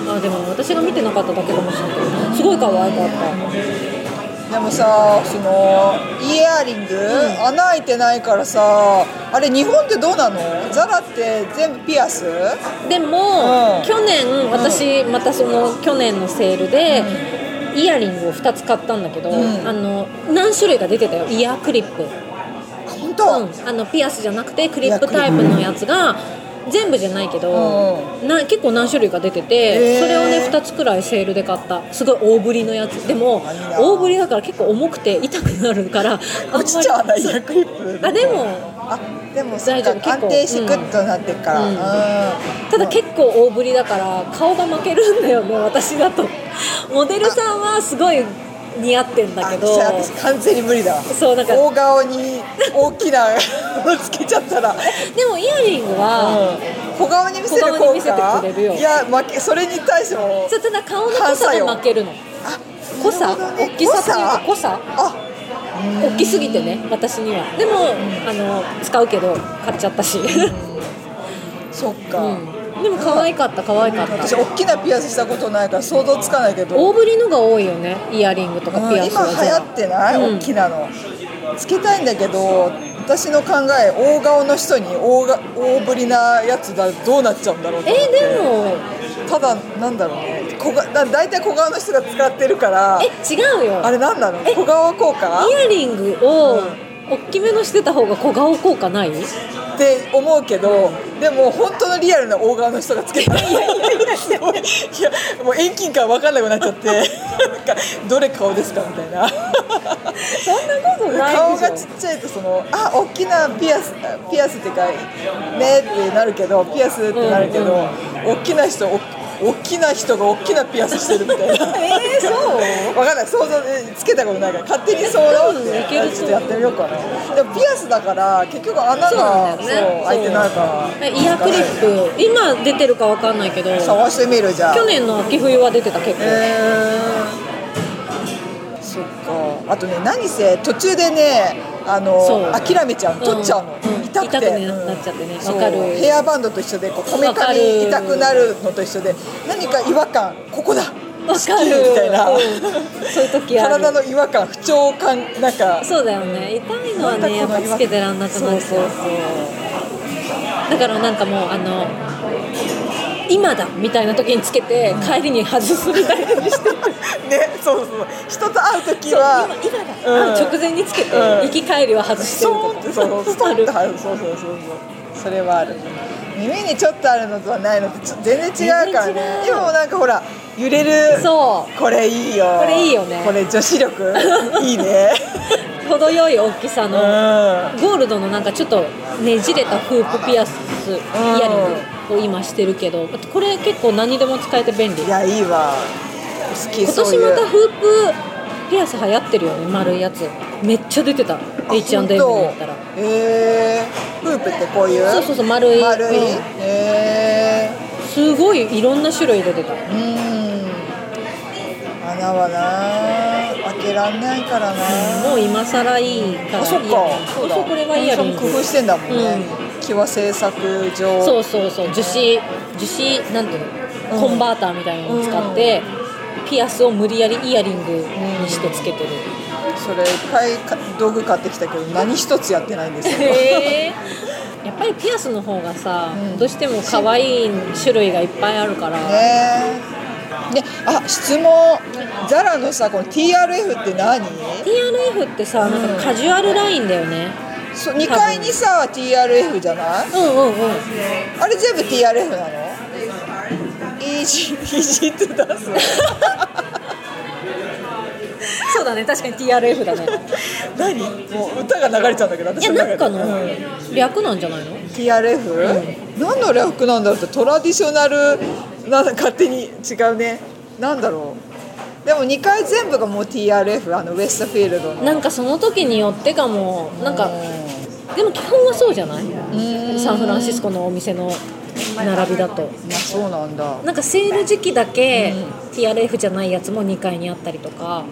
[SPEAKER 2] あでも私が見てなかっただけかもしれないけどすごい可愛かった
[SPEAKER 1] でもさそのイヤリング、穴開いてないからさあれ日本ってどうなのザラって全部ピアス
[SPEAKER 2] でも、
[SPEAKER 1] ん
[SPEAKER 2] 去年私またその去年のセールで、イヤリングを2つ買ったんだけど、
[SPEAKER 1] うん
[SPEAKER 2] あの何種類か出てたよイヤークリップ、う
[SPEAKER 1] 本当、
[SPEAKER 2] ん、あのピアスじゃなくてクリップタイプのやつが全部じゃないけど、な結構何種類か出てて、
[SPEAKER 1] へー
[SPEAKER 2] それをね2つくらいセールで買ったすごい大ぶりのやつでも
[SPEAKER 1] 何だ
[SPEAKER 2] 大ぶりだから結構重くて痛くなるからあんまり
[SPEAKER 1] ちっちゃい穴イヤクリップ
[SPEAKER 2] あでも
[SPEAKER 1] あでもそっ
[SPEAKER 2] 大丈夫
[SPEAKER 1] か安定して
[SPEAKER 2] 結
[SPEAKER 1] グ
[SPEAKER 2] 構
[SPEAKER 1] ッとなってっから、
[SPEAKER 2] う
[SPEAKER 1] うんん
[SPEAKER 2] ただ結構大ぶりだから顔が負けるんだよね私だとモデルさんはすごい似合ってんだけど
[SPEAKER 1] あ私完全に無理だわ
[SPEAKER 2] そうなんか
[SPEAKER 1] 大顔に大きな [LAUGHS] のつけちゃったら
[SPEAKER 2] でもイヤリングは、
[SPEAKER 1] 小顔に見せる
[SPEAKER 2] 小顔に
[SPEAKER 1] 効
[SPEAKER 2] 見せて
[SPEAKER 1] 果
[SPEAKER 2] くれるよ
[SPEAKER 1] いや負けそれに対しても
[SPEAKER 2] そうただ顔の濃さが負けるの
[SPEAKER 1] あ
[SPEAKER 2] 濃
[SPEAKER 1] な
[SPEAKER 2] さ
[SPEAKER 1] るほどね
[SPEAKER 2] 大きさっていうか濃さ
[SPEAKER 1] あ
[SPEAKER 2] 大きすぎてね私にはでも、あの使うけど買っちゃったし、
[SPEAKER 1] そっか、
[SPEAKER 2] うん、でも可愛かった可愛かった
[SPEAKER 1] 私大きなピアスしたことないから想像つかないけど、
[SPEAKER 2] 大ぶりのが多いよねイヤリングと
[SPEAKER 1] うん
[SPEAKER 2] か
[SPEAKER 1] 今
[SPEAKER 2] ピ
[SPEAKER 1] 流
[SPEAKER 2] アスは
[SPEAKER 1] 行ってない、
[SPEAKER 2] うん
[SPEAKER 1] 大きなのつけたいんだけど私の考え大顔の人に大が大ぶりなやつだどうなっちゃうんだろうと
[SPEAKER 2] え
[SPEAKER 1] 思って
[SPEAKER 2] でも
[SPEAKER 1] ただなんだろうね小がだ大体小顔の人が使ってるから
[SPEAKER 2] え違うよ
[SPEAKER 1] あれなんだろう
[SPEAKER 2] え
[SPEAKER 1] 小顔効果
[SPEAKER 2] イヤリングを、
[SPEAKER 1] うん
[SPEAKER 2] 大きめのしてた方が小顔効果ないいやい
[SPEAKER 1] って思うけど、でも本当のリアルな大顔の人がつけたらいや [LAUGHS] いやもう遠近感分かんなくなっちゃってなんかどれ顔ですかみたいな
[SPEAKER 2] そんなことないでしょ
[SPEAKER 1] 顔がちっちゃいとそのあ大きなピアスピアスってかねってなるけどピアスってなるけど、
[SPEAKER 2] うんうん
[SPEAKER 1] 大きな人お大きな人が大きなピアスしてるみたいな
[SPEAKER 2] えーそう
[SPEAKER 1] 分かんない想像でつけたことないから勝手に想像っ
[SPEAKER 2] うんいける
[SPEAKER 1] て
[SPEAKER 2] と思う
[SPEAKER 1] ちょっとやってみようかなでもピアスだから結局穴が
[SPEAKER 2] そうなん
[SPEAKER 1] そう,、
[SPEAKER 2] だよね
[SPEAKER 1] 開いてないから
[SPEAKER 2] えイヤークリップ今出てるかわかんないけど去
[SPEAKER 1] 探してみるじゃん
[SPEAKER 2] 年の秋冬は出てた結構、
[SPEAKER 1] えーそっかあとね何せ途中でねあの
[SPEAKER 2] そう
[SPEAKER 1] 諦めちゃう取っちゃうの、
[SPEAKER 2] うんうん
[SPEAKER 1] 痛くて
[SPEAKER 2] 痛くねなっちゃってね
[SPEAKER 1] そう
[SPEAKER 2] わかる
[SPEAKER 1] ヘアバンドと一緒でこうこめ
[SPEAKER 2] わか
[SPEAKER 1] か
[SPEAKER 2] る
[SPEAKER 1] み痛くなるのと一緒で何か違和感ここだ
[SPEAKER 2] わ
[SPEAKER 1] しき
[SPEAKER 2] か
[SPEAKER 1] り
[SPEAKER 2] る
[SPEAKER 1] みたいな、
[SPEAKER 2] うんそういう時ある
[SPEAKER 1] [LAUGHS] 体の違和感不調感なんか
[SPEAKER 2] そうだよね痛いのは
[SPEAKER 1] なん
[SPEAKER 2] ねやっ
[SPEAKER 1] かこ
[SPEAKER 2] ぱ
[SPEAKER 1] の違和
[SPEAKER 2] つけてらんなくなっち
[SPEAKER 1] そう
[SPEAKER 2] ゃ
[SPEAKER 1] そう [LAUGHS]
[SPEAKER 2] う
[SPEAKER 1] そう
[SPEAKER 2] だからなんかもうあの今だみたいな時につけて帰りに外すみたいにしてる
[SPEAKER 1] ねそうそう人と会う時
[SPEAKER 2] そう
[SPEAKER 1] は
[SPEAKER 2] 今今だ、
[SPEAKER 1] うん
[SPEAKER 2] あ直前につけて、
[SPEAKER 1] うん
[SPEAKER 2] 行き帰りは外して
[SPEAKER 1] そ
[SPEAKER 2] る
[SPEAKER 1] う
[SPEAKER 2] と
[SPEAKER 1] っ
[SPEAKER 2] か
[SPEAKER 1] てそうスト
[SPEAKER 2] あ
[SPEAKER 1] ン
[SPEAKER 2] る
[SPEAKER 1] と入るそうそうそうそうそれはある耳にちょっとあるのとはないのとちょ全然違うからね
[SPEAKER 2] 全然違う
[SPEAKER 1] でもなんかほら揺れる
[SPEAKER 2] そ
[SPEAKER 1] これいいよ
[SPEAKER 2] これいいよね
[SPEAKER 1] これ女子力いいね
[SPEAKER 2] う程よい大きさ
[SPEAKER 1] うん
[SPEAKER 2] の、ゴールドのなんかちょっとねじれたフープピアスイヤリングを今してるけどこれ結構何にでも使えて便利
[SPEAKER 1] いやいいわ好き
[SPEAKER 2] 今
[SPEAKER 1] そうい
[SPEAKER 2] 年
[SPEAKER 1] う
[SPEAKER 2] またフープピアス流行ってるよね丸いやつめっちゃ出てた H&M に行ったら
[SPEAKER 1] へえー、フープってこういう
[SPEAKER 2] そうそうそう丸い
[SPEAKER 1] 丸い
[SPEAKER 2] うん
[SPEAKER 1] へえ
[SPEAKER 2] すごいいろんな種類出てた
[SPEAKER 1] ー、うん穴はな開けらんないからな
[SPEAKER 2] もう今更いいから
[SPEAKER 1] あそっか
[SPEAKER 2] イヤリングそうそうこれはイヤリング
[SPEAKER 1] 工夫してんだもんね、木は製作上
[SPEAKER 2] そうそうそう樹脂樹脂なんていう
[SPEAKER 1] う
[SPEAKER 2] の、
[SPEAKER 1] ん
[SPEAKER 2] コンバーターみたいなのを使って、ピアスを無理やりイヤリングにしてつけてる、
[SPEAKER 1] それいっぱいか道具買ってきたけど何一つやってないん
[SPEAKER 2] [LAUGHS]
[SPEAKER 1] ですよ
[SPEAKER 2] やっぱりピアスの方がさ、
[SPEAKER 1] うん
[SPEAKER 2] どうしても可愛い種類がいっぱいあるから、
[SPEAKER 1] ねえねあ質問ザラのさこの TRF って何
[SPEAKER 2] TRF ってさなんかカジュアルラインだよね
[SPEAKER 1] そう2階にさ TRF じゃない
[SPEAKER 2] うんうんうん
[SPEAKER 1] あれ全部 TRF なのイージーイージーと出す
[SPEAKER 2] そうだね確かに TRF だね
[SPEAKER 1] 何もう歌が流れちゃうんだけど
[SPEAKER 2] い
[SPEAKER 1] 私
[SPEAKER 2] や
[SPEAKER 1] の
[SPEAKER 2] なん
[SPEAKER 1] 中
[SPEAKER 2] か
[SPEAKER 1] で
[SPEAKER 2] の、
[SPEAKER 1] うん
[SPEAKER 2] 略なんじゃないの
[SPEAKER 1] TRF、何の略なんだろうってトラディショナルなんか勝手に違うねなんだろうでも2回全部がもう TRF あのウエストフィールドの
[SPEAKER 2] なんかその時によってかもなんかでも基本はそうじゃない
[SPEAKER 1] うん
[SPEAKER 2] サンフランシスコのお店の並びだと
[SPEAKER 1] まあそうなんだ
[SPEAKER 2] なんかセール時期だけ TRF じゃないやつも2階にあったりとか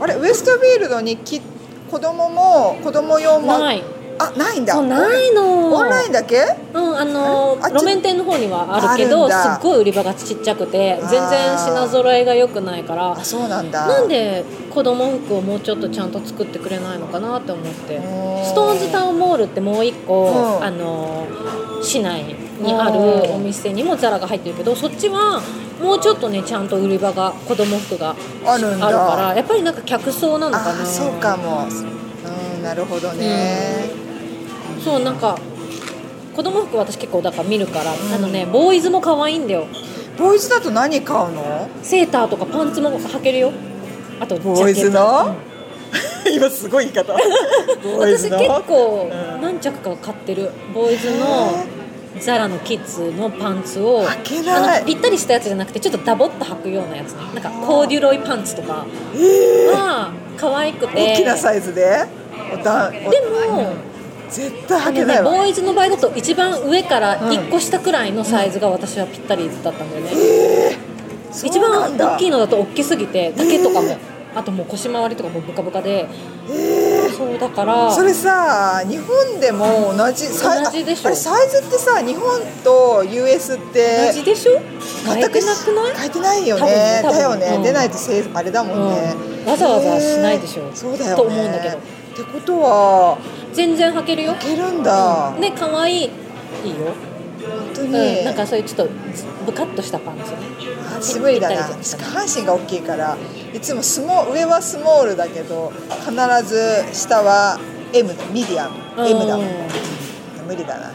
[SPEAKER 1] あれウエストフィールドにき子供も子供用も
[SPEAKER 2] ない
[SPEAKER 1] あないんだ
[SPEAKER 2] そうないの
[SPEAKER 1] オンラインだけ
[SPEAKER 2] うん、あの
[SPEAKER 1] あれあっち
[SPEAKER 2] 路面店の方にはあるけ
[SPEAKER 1] あるん
[SPEAKER 2] どす
[SPEAKER 1] だ
[SPEAKER 2] っごい売り場がちっちゃくて
[SPEAKER 1] あー
[SPEAKER 2] 全然品揃えが良くないから
[SPEAKER 1] あそうなんだ
[SPEAKER 2] なんで子供服をもうちょっとちゃんと作ってくれないのかなって思って
[SPEAKER 1] ー
[SPEAKER 2] ストーンズタウンモールってもう一
[SPEAKER 1] う
[SPEAKER 2] 個、
[SPEAKER 1] ん
[SPEAKER 2] あの市内にあるお店にもザラが入ってるけどそっちはもうちょっとねちゃんと売り場が子供服が
[SPEAKER 1] あるんだ
[SPEAKER 2] あるからやっぱりなんか客層なのか
[SPEAKER 1] あ
[SPEAKER 2] な
[SPEAKER 1] ーそうかもうんなるほどね、
[SPEAKER 2] そうなんか子供服私結構だから見るから、あのねボーイズも可愛いんだよ
[SPEAKER 1] ボーイズだと何買うの
[SPEAKER 2] セーターとかパンツも履けるよあとジャケット
[SPEAKER 1] ボーイズの [LAUGHS] 今すごい言い方ボーイ
[SPEAKER 2] 私
[SPEAKER 1] ズ
[SPEAKER 2] 結
[SPEAKER 1] の
[SPEAKER 2] 構
[SPEAKER 1] うん
[SPEAKER 2] 何着か買ってるボーイズのザラのキッズのパンツを
[SPEAKER 1] 履けない
[SPEAKER 2] あのぴったりしたやつじゃなくてちょっとダボっと履くようなやつねなんかコーデュロイパンツとかは可愛くて
[SPEAKER 1] 大きなサイズでおだで
[SPEAKER 2] でも
[SPEAKER 1] 絶対
[SPEAKER 2] あ
[SPEAKER 1] 履
[SPEAKER 2] の
[SPEAKER 1] け
[SPEAKER 2] ね
[SPEAKER 1] ない
[SPEAKER 2] ボ
[SPEAKER 1] わ
[SPEAKER 2] ーイズの場合だと一番上から1個下くらいのサイズが私はぴったりだったんだよね、一番大きい
[SPEAKER 1] の
[SPEAKER 2] のだと大きすぎて丈とかも、あともう腰回りとかもブカブカで、そうだから
[SPEAKER 1] それさ日本でも同じサイ
[SPEAKER 2] 同じでし
[SPEAKER 1] あ
[SPEAKER 2] ょ
[SPEAKER 1] あれサイズってさ日本と US って
[SPEAKER 2] 同じでしょ変え
[SPEAKER 1] 全く
[SPEAKER 2] てなくない
[SPEAKER 1] 変えてないよね
[SPEAKER 2] 多分
[SPEAKER 1] だ
[SPEAKER 2] 多
[SPEAKER 1] よ
[SPEAKER 2] 分
[SPEAKER 1] ね、
[SPEAKER 2] うん
[SPEAKER 1] 出ないとせいあれだもんね、
[SPEAKER 2] うんわざわざしないでしょ
[SPEAKER 1] へーそうだよ、ね、
[SPEAKER 2] と思うんだけど
[SPEAKER 1] ってことは
[SPEAKER 2] 全然履けるよ
[SPEAKER 1] いけるんだ、
[SPEAKER 2] で可愛いいいよ、
[SPEAKER 1] 本当
[SPEAKER 2] う
[SPEAKER 1] に、
[SPEAKER 2] んなんかそういうちょっとブカッとしたパンツね
[SPEAKER 1] あしぶりだ
[SPEAKER 2] ぴった
[SPEAKER 1] な
[SPEAKER 2] りじゃん
[SPEAKER 1] 下半身が大きいからいつもスモ上はスモールだけど必ず下は M だミディアム M だもん無理だな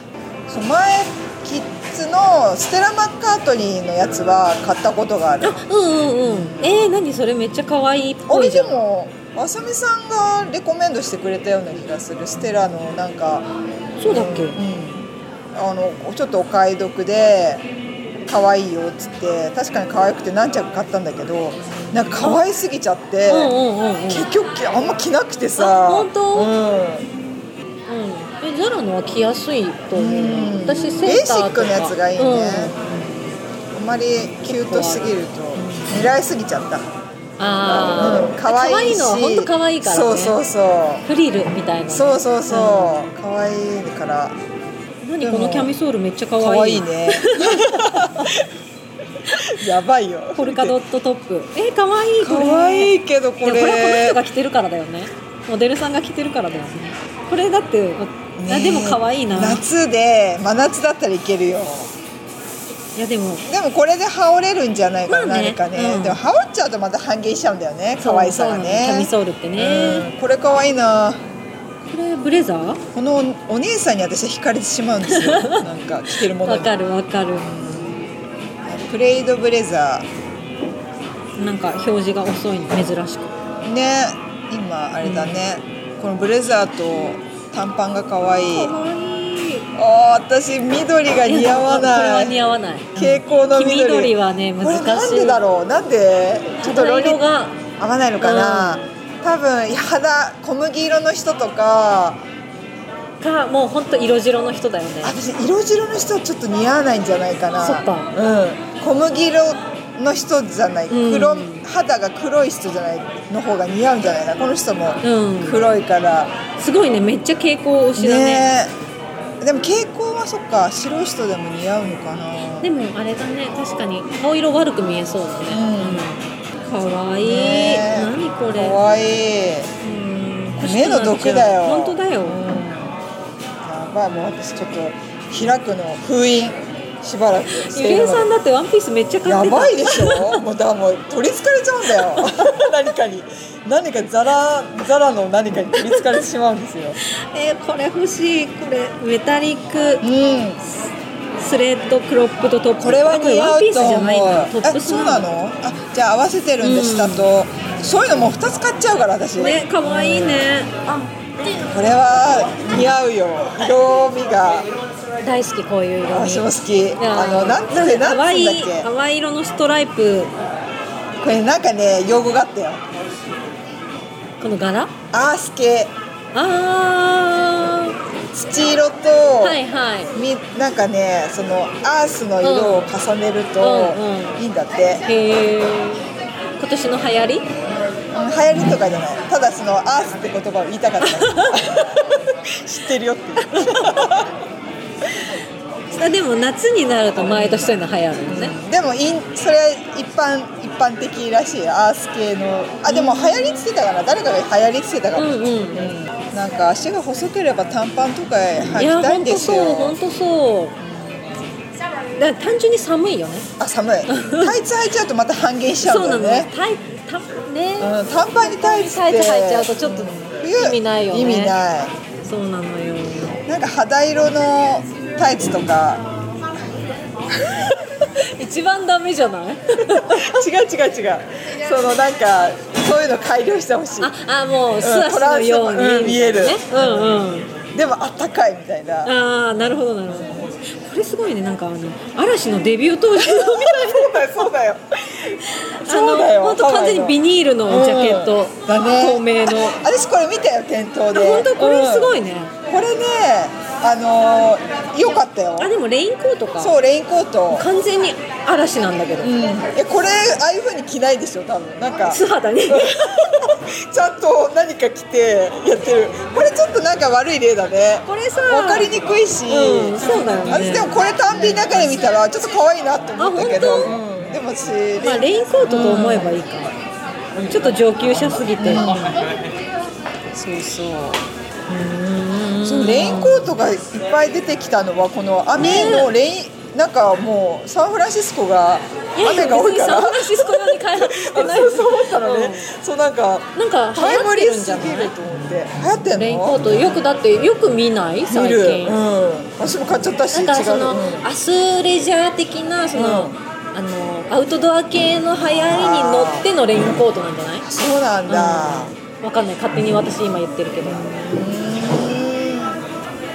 [SPEAKER 1] そう前キッズのステラ・マッカートニーのやつは買ったことがある
[SPEAKER 2] あうんうんうんえー、何それめっちゃ可愛いっ
[SPEAKER 1] あ
[SPEAKER 2] ぽ
[SPEAKER 1] れ
[SPEAKER 2] いじ
[SPEAKER 1] で
[SPEAKER 2] ゃん
[SPEAKER 1] もあさみさんがレコメンドしてくれたような気がするステラのなんか
[SPEAKER 2] そうだっけ、
[SPEAKER 1] うん、あのちょっとお買い得で可愛いよっつって確かに可愛くて何着買ったんだけどなんか可愛すぎちゃって、
[SPEAKER 2] うんうんうんうん
[SPEAKER 1] 結局あんま着なくてさ
[SPEAKER 2] あ本当
[SPEAKER 1] うん
[SPEAKER 2] うん、えザラのは着やすいと思うな、
[SPEAKER 1] うん
[SPEAKER 2] 私セーターとか
[SPEAKER 1] ベーシックのやつがいいね
[SPEAKER 2] うん
[SPEAKER 1] あんまりキュートすぎると狙いすぎちゃった、
[SPEAKER 2] あ
[SPEAKER 1] うん
[SPEAKER 2] あ
[SPEAKER 1] 可愛いし
[SPEAKER 2] のは本当可愛いからね
[SPEAKER 1] そうそうそう
[SPEAKER 2] フリルみたいな
[SPEAKER 1] そうそうそう可愛いから
[SPEAKER 2] [LAUGHS] 何このキャミソールめっちゃ可
[SPEAKER 1] 可
[SPEAKER 2] 愛
[SPEAKER 1] 愛
[SPEAKER 2] い
[SPEAKER 1] いねやばいよ
[SPEAKER 2] ポルカドットトップえ可愛いい
[SPEAKER 1] か
[SPEAKER 2] これ
[SPEAKER 1] わいいけどこ
[SPEAKER 2] でもこれはこの
[SPEAKER 1] れ
[SPEAKER 2] 人が着てるからだよねモデルさんが着てるからだよねこれだって、
[SPEAKER 1] ね
[SPEAKER 2] あ
[SPEAKER 1] え
[SPEAKER 2] でも可愛いない
[SPEAKER 1] 夏で真夏だったらいけるよ
[SPEAKER 2] やでも
[SPEAKER 1] でもこれで羽織れるんじゃないかな、
[SPEAKER 2] まあね
[SPEAKER 1] 何かね、
[SPEAKER 2] うん
[SPEAKER 1] でも羽織っちゃうとまた半減しちゃうんだよね可愛さが
[SPEAKER 2] そうそうなのキャミ
[SPEAKER 1] ね
[SPEAKER 2] ソールってね、
[SPEAKER 1] うんこれ可愛いな
[SPEAKER 2] これブレザー
[SPEAKER 1] このお姉さんに私惹かれてしまうん
[SPEAKER 2] [LAUGHS]
[SPEAKER 1] ですよなんか着てるもの
[SPEAKER 2] わ
[SPEAKER 1] に
[SPEAKER 2] かるわかる
[SPEAKER 1] プレイドブレザ
[SPEAKER 2] なんか表示が遅いの珍しく
[SPEAKER 1] ーね今あれだね、このブレザーと短パンが可愛い
[SPEAKER 2] 可愛い
[SPEAKER 1] あー私緑が似合わ
[SPEAKER 2] これ
[SPEAKER 1] な
[SPEAKER 2] はい似合わない
[SPEAKER 1] 蛍光の緑
[SPEAKER 2] 黄緑はね難しい
[SPEAKER 1] これなんでだろうなんでちょっと
[SPEAKER 2] 肌
[SPEAKER 1] 論理
[SPEAKER 2] 色が
[SPEAKER 1] 合わないのかな、多分肌小麦色の人とか
[SPEAKER 2] かもう本当色白の人だよね
[SPEAKER 1] あ私色白の人はちょっと似合わないんじゃないかな
[SPEAKER 2] そっか
[SPEAKER 1] うん、小麦色の人じゃない、
[SPEAKER 2] うん
[SPEAKER 1] 黒肌が黒い人じゃないの方が似合うんじゃないかなこの人も
[SPEAKER 2] うん
[SPEAKER 1] 黒いから、
[SPEAKER 2] すごいねめっちゃ蛍光推しだね
[SPEAKER 1] ねえでも蛍光はそっか白い人でも似合うのかな
[SPEAKER 2] でもあれだね確かに顔色悪く見えそうだね、うん、かわいい、
[SPEAKER 1] ねえ
[SPEAKER 2] 何これ
[SPEAKER 1] かわいい
[SPEAKER 2] うん欲し
[SPEAKER 1] 目
[SPEAKER 2] くなっちゃ
[SPEAKER 1] の
[SPEAKER 2] う
[SPEAKER 1] 毒だよ
[SPEAKER 2] 本当だよ、
[SPEAKER 1] うんやばいもう私ちょっと開くの封印しばらくし
[SPEAKER 2] ゆ
[SPEAKER 1] てい
[SPEAKER 2] り
[SPEAKER 1] る
[SPEAKER 2] え
[SPEAKER 1] ので
[SPEAKER 2] さんだってワンピースめっちゃ買っ
[SPEAKER 1] や
[SPEAKER 2] てた
[SPEAKER 1] ばいでしょ [LAUGHS] もうだからもう取りつかれちゃうんだよ [LAUGHS] 何かに何かザラザラの何かに取りつかれてしまうんですよ
[SPEAKER 2] [LAUGHS] えーこれ欲しいこれメタリック
[SPEAKER 1] うん
[SPEAKER 2] スレッドクロップとトップ
[SPEAKER 1] これは
[SPEAKER 2] あこれ
[SPEAKER 1] 似合
[SPEAKER 2] ワン
[SPEAKER 1] う
[SPEAKER 2] ピース
[SPEAKER 1] と
[SPEAKER 2] じ
[SPEAKER 1] 思
[SPEAKER 2] ゃ
[SPEAKER 1] う
[SPEAKER 2] ないんだトップ
[SPEAKER 1] あ
[SPEAKER 2] ス
[SPEAKER 1] そうなのあじゃあ合わせてるんで
[SPEAKER 2] うん
[SPEAKER 1] 下と、そういうのもう2つ買っちゃうから私
[SPEAKER 2] ねかわいいねあ
[SPEAKER 1] これは似合うよ色味が
[SPEAKER 2] 大好きこういう色味
[SPEAKER 1] 私も好き
[SPEAKER 2] いや
[SPEAKER 1] あのなんつ
[SPEAKER 2] か
[SPEAKER 1] ってなんつうんだっ
[SPEAKER 2] 淡い
[SPEAKER 1] け
[SPEAKER 2] 淡い色のストライプ
[SPEAKER 1] これなんかね用語があったよ
[SPEAKER 2] この柄
[SPEAKER 1] アース系
[SPEAKER 2] あ
[SPEAKER 1] 土色と、
[SPEAKER 2] ーはいはい
[SPEAKER 1] みなんかねそのアースの色を重ねると
[SPEAKER 2] うん
[SPEAKER 1] いいんだって、
[SPEAKER 2] へえ今年の流行
[SPEAKER 1] う
[SPEAKER 2] り
[SPEAKER 1] ん流行りとかじゃないただそのアースって言葉を言い
[SPEAKER 2] [LAUGHS]
[SPEAKER 1] たかった知ってるよっていう
[SPEAKER 2] あでも夏になると毎年そういうの流行るのね
[SPEAKER 1] でもインそれは一般一般的らしいアース系のあでも流行りつけたかな誰かが流行りつけたか
[SPEAKER 2] う
[SPEAKER 1] も、
[SPEAKER 2] んうん
[SPEAKER 1] なんか足が細ければ短パンとか履
[SPEAKER 2] い
[SPEAKER 1] き
[SPEAKER 2] や
[SPEAKER 1] たいん
[SPEAKER 2] 本
[SPEAKER 1] で
[SPEAKER 2] 当
[SPEAKER 1] す
[SPEAKER 2] そう
[SPEAKER 1] よ
[SPEAKER 2] 本当そうだから単純に寒いよね
[SPEAKER 1] あ寒いタイツ履いちゃうとまた半減しちゃ
[SPEAKER 2] そううん
[SPEAKER 1] だ
[SPEAKER 2] な
[SPEAKER 1] よ
[SPEAKER 2] の
[SPEAKER 1] ね
[SPEAKER 2] タイたね
[SPEAKER 1] うん、短パンにタイツって
[SPEAKER 2] タイツ履いちゃうとちょっと意味ないよね
[SPEAKER 1] 意味ない
[SPEAKER 2] そうなのよ
[SPEAKER 1] なんか肌色のタイツと
[SPEAKER 2] [LAUGHS]
[SPEAKER 1] か
[SPEAKER 2] 一番ダメじゃない
[SPEAKER 1] 違う違う違うそのなんかそういうの改良してほしい
[SPEAKER 2] ああもう素足のように、
[SPEAKER 1] うん見える
[SPEAKER 2] ねうんうん
[SPEAKER 1] でもあったかいみたいな
[SPEAKER 2] ああなるほどなるほどこれすごいねなんかあの嵐のデビュー当時のみ
[SPEAKER 1] そうだよそうだよ [LAUGHS] そうだ
[SPEAKER 2] あの
[SPEAKER 1] よ
[SPEAKER 2] 本当完全にビ
[SPEAKER 1] ニ
[SPEAKER 2] ニールのジャケット、
[SPEAKER 1] だね
[SPEAKER 2] 透明の
[SPEAKER 1] あ私これ見たよ店頭で
[SPEAKER 2] 本当これすご
[SPEAKER 1] い、
[SPEAKER 2] いね、
[SPEAKER 1] うんこれねあのー、よかったよ
[SPEAKER 2] あでもレインコートか
[SPEAKER 1] そうレインコート
[SPEAKER 2] 完全に嵐なんだけど、
[SPEAKER 1] うん、えこれああいう風に着ないでしょ多分なん
[SPEAKER 2] [LAUGHS]
[SPEAKER 1] か
[SPEAKER 2] 素肌に
[SPEAKER 1] [LAUGHS] ちゃんと何か着てやってるこれちょっとなんか悪い例だね
[SPEAKER 2] これさ
[SPEAKER 1] 分かりにくいし、
[SPEAKER 2] うんそうだよ
[SPEAKER 1] 私
[SPEAKER 2] ね
[SPEAKER 1] でもこれ単品だけで見たらちょっと可愛いなと思ったけど
[SPEAKER 2] あ本
[SPEAKER 1] うんでも私
[SPEAKER 2] まあレインコートと思えばいいか、ちょっと上級者すぎて、
[SPEAKER 1] そうそうそうレインコートがいっぱい出てきたのはこの雨のレイン、なんかもうサンフランシスコが
[SPEAKER 2] いやいや
[SPEAKER 1] 雨が多い
[SPEAKER 2] 別に
[SPEAKER 1] から
[SPEAKER 2] サンフランシスコまで開発し
[SPEAKER 1] あ
[SPEAKER 2] てな
[SPEAKER 1] [LAUGHS]
[SPEAKER 2] い
[SPEAKER 1] そうそう思ったのね、そうなんか
[SPEAKER 2] うんなんか
[SPEAKER 1] タ
[SPEAKER 2] 流
[SPEAKER 1] イ
[SPEAKER 2] 行
[SPEAKER 1] ム
[SPEAKER 2] っ
[SPEAKER 1] リ
[SPEAKER 2] て
[SPEAKER 1] ー
[SPEAKER 2] るんじ
[SPEAKER 1] す
[SPEAKER 2] ゃ
[SPEAKER 1] ぎ
[SPEAKER 2] な
[SPEAKER 1] る
[SPEAKER 2] い
[SPEAKER 1] と思って流行ってんの
[SPEAKER 2] レインコートよくだってよく見ない最
[SPEAKER 1] 見る、
[SPEAKER 2] 近、
[SPEAKER 1] うん、私も買っちゃったし
[SPEAKER 2] なんかその
[SPEAKER 1] 違う、うん
[SPEAKER 2] アスレジャー的なその、
[SPEAKER 1] うん
[SPEAKER 2] あのアウトドア系の流行りに乗ってのレインコートなんじゃない
[SPEAKER 1] そうなんだ、
[SPEAKER 2] わかんない勝手に私今言ってるけど、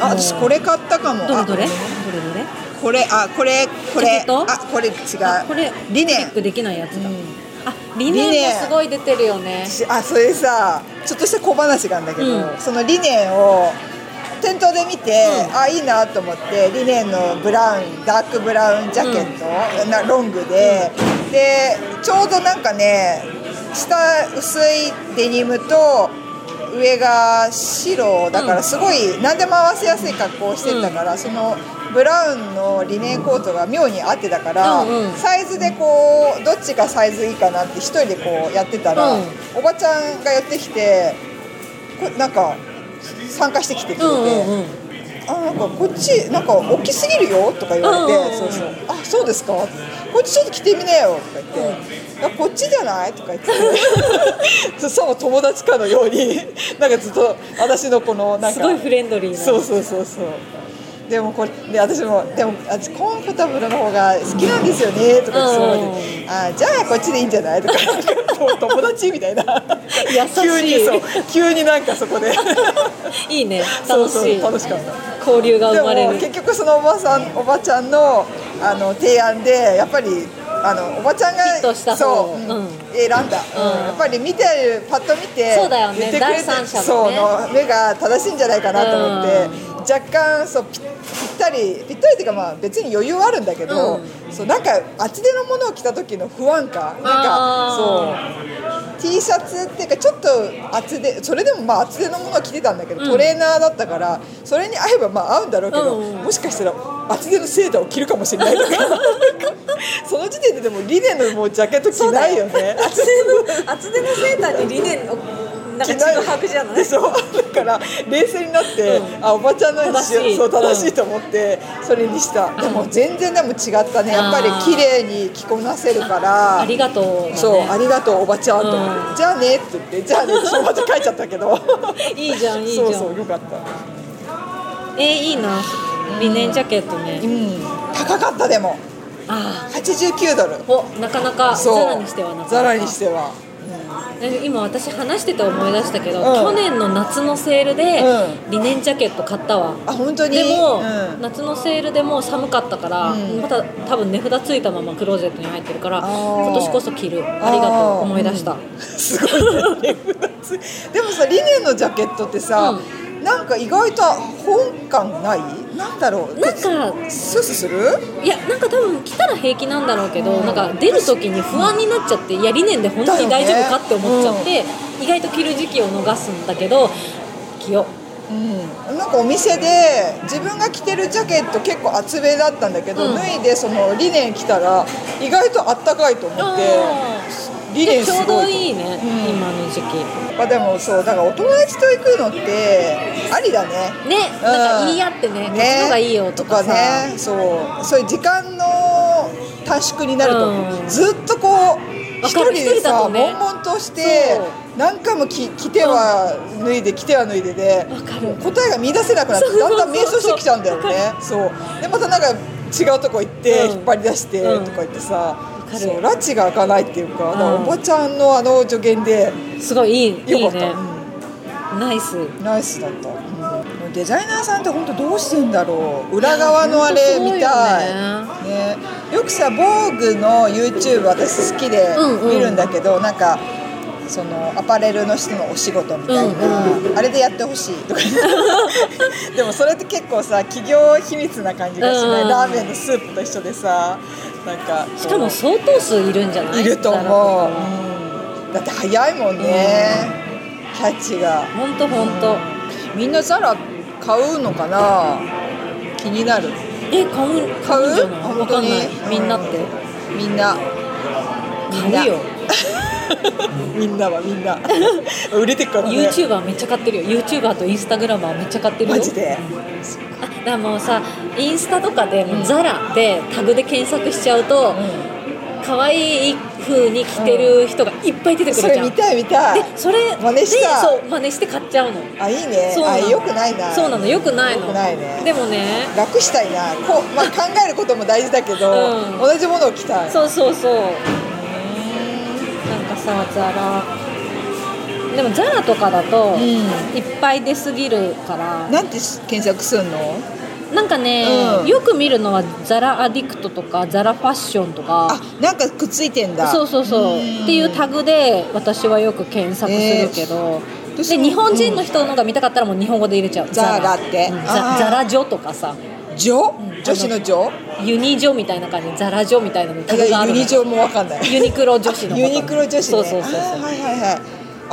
[SPEAKER 1] あ私これ買ったかも
[SPEAKER 2] どれどれどれどれ
[SPEAKER 1] あこれあこれこ
[SPEAKER 2] ジャ
[SPEAKER 1] れ
[SPEAKER 2] ケット
[SPEAKER 1] あこれ違う
[SPEAKER 2] あこれ
[SPEAKER 1] リネ
[SPEAKER 2] チェック
[SPEAKER 1] ン
[SPEAKER 2] できないやつだ、
[SPEAKER 1] うん
[SPEAKER 2] あリネ
[SPEAKER 1] リネン
[SPEAKER 2] ンもすごい出てるよね
[SPEAKER 1] しあそれでさちょっとした小話があるんだけど、
[SPEAKER 2] うん
[SPEAKER 1] そのリネンを店頭で見て、
[SPEAKER 2] うん
[SPEAKER 1] あいいなと思ってリネンのブラウンダークブラウンジャケット、なロングで、でちょうどなんかね下薄いデニムと上が白だか
[SPEAKER 2] う
[SPEAKER 1] ら
[SPEAKER 2] ん
[SPEAKER 1] すごい何でも合わせやすい格好をしてたから、そのブラウンのリネンコートが妙に合ってたから、
[SPEAKER 2] うんうん
[SPEAKER 1] サイズでこうどっちがサイズいいかなって一人でこうやってたら、
[SPEAKER 2] うん
[SPEAKER 1] おばちゃんが寄ってきてこなんか参加してきてくれて。
[SPEAKER 2] うんうんうん
[SPEAKER 1] あなんかこっちなんか大きすぎるよとか言われて、
[SPEAKER 2] うんうんうん
[SPEAKER 1] そうそうあそうですかこっちちょっと着てみなよとか言って、いやこっちじゃないとか言って
[SPEAKER 2] [LAUGHS]
[SPEAKER 1] さも友達かのようになんかずっと私のこのなんか
[SPEAKER 2] すごいフレンドリーな
[SPEAKER 1] そうそうそうそうでもこれで私もでもあコンフォタブルの方が好きなんですよねとかそう
[SPEAKER 2] うん
[SPEAKER 1] で、あじゃあこっちでいいんじゃないと
[SPEAKER 2] [LAUGHS]
[SPEAKER 1] かもう友達みたいな
[SPEAKER 2] 優しい
[SPEAKER 1] 急にそう急になんかそこで
[SPEAKER 2] いいね
[SPEAKER 1] そう
[SPEAKER 2] 楽
[SPEAKER 1] そ
[SPEAKER 2] し
[SPEAKER 1] う
[SPEAKER 2] い
[SPEAKER 1] 楽しかった。
[SPEAKER 2] 交流が
[SPEAKER 1] で
[SPEAKER 2] 生まれ
[SPEAKER 1] も
[SPEAKER 2] る
[SPEAKER 1] 結局そのおばさんおばちゃんのあの提案でやっぱりあのおばちゃんが
[SPEAKER 2] ヒットした方
[SPEAKER 1] そう、
[SPEAKER 2] うん
[SPEAKER 1] 選んだ、
[SPEAKER 2] うん
[SPEAKER 1] やっぱり見てるパッと見て
[SPEAKER 2] そうだよね
[SPEAKER 1] 言ってくれて
[SPEAKER 2] 第三者のね
[SPEAKER 1] そうの目が正しいんじゃないかなと思って、若干そうぴぴったりぴったりっていうかまあ別に余裕はあるんだけど、
[SPEAKER 2] う
[SPEAKER 1] そうなんか厚手のものを着た時の不安感なんか
[SPEAKER 2] あ
[SPEAKER 1] そう T シャツっていうかちょっと厚手それでもまあ厚手のものを着てたんだけど、
[SPEAKER 2] うん
[SPEAKER 1] トレーナーだったからそれに合えばまあ合うんだろうけど、
[SPEAKER 2] うんうん
[SPEAKER 1] もしかしたら厚手のセーターを着るかもしれないとか
[SPEAKER 2] [LAUGHS]
[SPEAKER 1] その時点ででもリネンのもうジャケット着ないよ
[SPEAKER 2] [LAUGHS]
[SPEAKER 1] ね。
[SPEAKER 2] 厚手の厚手のセーターにリネンをなんか
[SPEAKER 1] 着ない
[SPEAKER 2] ちぐはぐじゃない
[SPEAKER 1] そうだから冷静になって、
[SPEAKER 2] うん
[SPEAKER 1] あおばちゃんのにしよ
[SPEAKER 2] 正しいう
[SPEAKER 1] そう正しいと思って、それにしたでも全然でも違ったねやっぱり
[SPEAKER 2] あー
[SPEAKER 1] 綺麗に着こなせるから
[SPEAKER 2] ありがとうだね
[SPEAKER 1] そう、ありがとうおばちゃんと思って、
[SPEAKER 2] うん
[SPEAKER 1] じゃあねって言ってじゃあねってそのまま書いちゃったけど
[SPEAKER 2] いいじゃんいいじゃん
[SPEAKER 1] そうそうよかった
[SPEAKER 2] えーいいなリネンジャケット
[SPEAKER 1] う
[SPEAKER 2] ね
[SPEAKER 1] ん高かったでも
[SPEAKER 2] あ
[SPEAKER 1] 89ドル
[SPEAKER 2] あおなかなかザ
[SPEAKER 1] そう
[SPEAKER 2] ラにしてはなかなか
[SPEAKER 1] ザラにしては
[SPEAKER 2] え今私話してて思い出したけど、
[SPEAKER 1] うん
[SPEAKER 2] 去年の夏のセールで
[SPEAKER 1] う
[SPEAKER 2] リネンジャケット買ったわ
[SPEAKER 1] あ本当に
[SPEAKER 2] でも、
[SPEAKER 1] うん
[SPEAKER 2] 夏のセールでもう寒かったから、
[SPEAKER 1] うん
[SPEAKER 2] また多分値札ついたままクローゼットに入ってるから
[SPEAKER 1] あー
[SPEAKER 2] 今年こそ着るありがとう思い出した、
[SPEAKER 1] あーうんすごいね [LAUGHS] でもさリネンのジャケットってさ、なんか意外と本感ないなんだろう
[SPEAKER 2] なんか
[SPEAKER 1] スースーする
[SPEAKER 2] いやなんか多分着たら平気なんだろうけど、なんか出る時に不安になっちゃっていやリネンで本当に大丈夫かって思っちゃって、意外と着る時期を逃すんだけど着よう
[SPEAKER 1] うん、なんかお店で自分が着てるジャケット結構厚めだったんだけど、
[SPEAKER 2] うん
[SPEAKER 1] 脱いでそのリネン着たら意外とあったかいと思って
[SPEAKER 2] あ
[SPEAKER 1] リネン
[SPEAKER 2] ー
[SPEAKER 1] す
[SPEAKER 2] ちょう
[SPEAKER 1] ご
[SPEAKER 2] ど
[SPEAKER 1] い
[SPEAKER 2] いいね、
[SPEAKER 1] うん
[SPEAKER 2] 今の時期。
[SPEAKER 1] まあ、でもそうだからお友達と行くのってありだね
[SPEAKER 2] ね、なんか言い合ってね、こっちの方がいいよとかさ、
[SPEAKER 1] ねそうそういう時間の短縮になると思う、
[SPEAKER 2] うん
[SPEAKER 1] ずっとこう一人
[SPEAKER 2] わかる
[SPEAKER 1] で
[SPEAKER 2] 一人だ
[SPEAKER 1] さ、
[SPEAKER 2] とね
[SPEAKER 1] 悶々として
[SPEAKER 2] そう
[SPEAKER 1] 何回もき着ては脱いで着ては脱いでで
[SPEAKER 2] わかる
[SPEAKER 1] もう答えが見出せなくなって
[SPEAKER 2] そうそう
[SPEAKER 1] だ
[SPEAKER 2] そ
[SPEAKER 1] んだん
[SPEAKER 2] う
[SPEAKER 1] 迷走してきちゃうんだよねそうでまたなんか違うとこ行って、
[SPEAKER 2] うん
[SPEAKER 1] 引っ張り出して
[SPEAKER 2] うん
[SPEAKER 1] とか言ってさ、
[SPEAKER 2] かる
[SPEAKER 1] そう拉致が開かないっていうか,、
[SPEAKER 2] うん
[SPEAKER 1] おばちゃんのあの助言です
[SPEAKER 2] ごいいい、い
[SPEAKER 1] よ
[SPEAKER 2] い
[SPEAKER 1] かった。
[SPEAKER 2] ね
[SPEAKER 1] う、ん
[SPEAKER 2] ナイス。
[SPEAKER 1] ナイスだった、デザイナーさんって本当どうしてんだろう裏側のあれ見たい
[SPEAKER 2] いやほ
[SPEAKER 1] ねよくさ「防具の YouTube 私好きで
[SPEAKER 2] うんうん
[SPEAKER 1] 見るんだけど、なんかそのアパレルの人のお仕事みたいな、
[SPEAKER 2] うん
[SPEAKER 1] あれでやってほしい
[SPEAKER 2] [LAUGHS]
[SPEAKER 1] とかでもそれって結構さ企業秘密な感じがしない、
[SPEAKER 2] うん
[SPEAKER 1] ラーメンのスープと一緒でさなんか
[SPEAKER 2] しかも相当数いるんじゃないい？
[SPEAKER 1] ると
[SPEAKER 2] だろ
[SPEAKER 1] 思う、うんだって早いもんね、キャッチが。
[SPEAKER 2] う本当本当。
[SPEAKER 1] みんなザラ買うのかな気になる
[SPEAKER 2] え、買う
[SPEAKER 1] 買うん
[SPEAKER 2] じゃない
[SPEAKER 1] あ
[SPEAKER 2] わかんない
[SPEAKER 1] 本当。に
[SPEAKER 2] みんなって
[SPEAKER 1] みんなみんな
[SPEAKER 2] 買うよ。
[SPEAKER 1] [LAUGHS] みんなはみん
[SPEAKER 2] [LAUGHS]
[SPEAKER 1] な売れてっからね
[SPEAKER 2] YouTuber めっちゃ買ってるよ。YouTuber とインスタグラマーめっちゃ買ってるよ。
[SPEAKER 1] マジで
[SPEAKER 2] あ、だからもうさ、インスタとかでもうザラでタグで検索しちゃうと、可愛い風に着てる人がいっぱい出てく
[SPEAKER 1] そ
[SPEAKER 2] る
[SPEAKER 1] れ
[SPEAKER 2] じゃん。
[SPEAKER 1] 見たい見たい
[SPEAKER 2] で、それ
[SPEAKER 1] 真似した
[SPEAKER 2] でそう真似して買っちゃうの。
[SPEAKER 1] あいいね
[SPEAKER 2] そうな
[SPEAKER 1] あ
[SPEAKER 2] の
[SPEAKER 1] よくないな
[SPEAKER 2] そうなのよくない
[SPEAKER 1] よ
[SPEAKER 2] の
[SPEAKER 1] くないね
[SPEAKER 2] でもね
[SPEAKER 1] 楽したいなこう、まあ、考えることも大事だけど、
[SPEAKER 2] うん
[SPEAKER 1] 同じものを着たい
[SPEAKER 2] そうそうそうなんかさザラでもザラとかだと、
[SPEAKER 1] ん
[SPEAKER 2] いっぱい出すぎるから
[SPEAKER 1] なんて検索すんの
[SPEAKER 2] なんかね、
[SPEAKER 1] うん
[SPEAKER 2] よく見るのはザラアディクトとかザラファッションと
[SPEAKER 1] あ
[SPEAKER 2] か
[SPEAKER 1] なんかくっついてんだ
[SPEAKER 2] そうそうそうっていうタグで私はよく検索するけど、
[SPEAKER 1] ー私
[SPEAKER 2] で
[SPEAKER 1] も
[SPEAKER 2] 日本人の人のが見たかったらもう日本語で入れちゃう
[SPEAKER 1] ザラって
[SPEAKER 2] うん
[SPEAKER 1] あ
[SPEAKER 2] ザ
[SPEAKER 1] ー
[SPEAKER 2] ザラジョとかさ
[SPEAKER 1] 女
[SPEAKER 2] ん
[SPEAKER 1] 女子の女
[SPEAKER 2] ユニジョみたいな感じでザラジョみたいなのにタ
[SPEAKER 1] い
[SPEAKER 2] グが
[SPEAKER 1] や
[SPEAKER 2] ある
[SPEAKER 1] ユ
[SPEAKER 2] の
[SPEAKER 1] ニ女もわかんない
[SPEAKER 2] ユニク
[SPEAKER 1] [LAUGHS]
[SPEAKER 2] ロ女子のこと
[SPEAKER 1] ユニクロ女子ね
[SPEAKER 2] そうそうそう
[SPEAKER 1] あ
[SPEAKER 2] そう
[SPEAKER 1] ーはいはいはいあ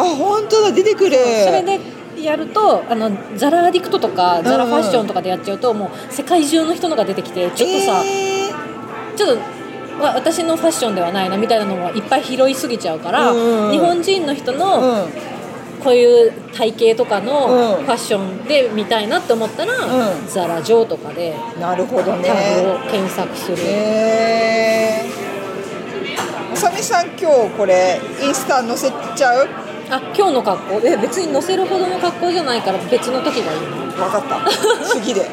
[SPEAKER 1] 本当だ出てくる
[SPEAKER 2] それででやるとあのザラアディクトとかザラファッションとかでやっちゃうと、もう世界中の人のが出てきてちょっとさ、
[SPEAKER 1] え
[SPEAKER 2] ちょっとわ私のファッションではないなみたいなのもいっぱい拾いすぎちゃうから、
[SPEAKER 1] うんうん
[SPEAKER 2] 日本人の人
[SPEAKER 1] ー
[SPEAKER 2] の
[SPEAKER 1] うん
[SPEAKER 2] こういう体型とかの
[SPEAKER 1] うん
[SPEAKER 2] ファッションで見たいなって思ったら、
[SPEAKER 1] うん
[SPEAKER 2] ザラジョーとかで
[SPEAKER 1] なるほど
[SPEAKER 2] タグを
[SPEAKER 1] ね。
[SPEAKER 2] 検索する、
[SPEAKER 1] えー。あさみさん今日これインスタ載せちゃう？
[SPEAKER 2] あ今日の格好え別に載せるほどの格好じゃないから別の時がいい
[SPEAKER 1] [LAUGHS]
[SPEAKER 2] の
[SPEAKER 1] わかった。 [LAUGHS] 次で。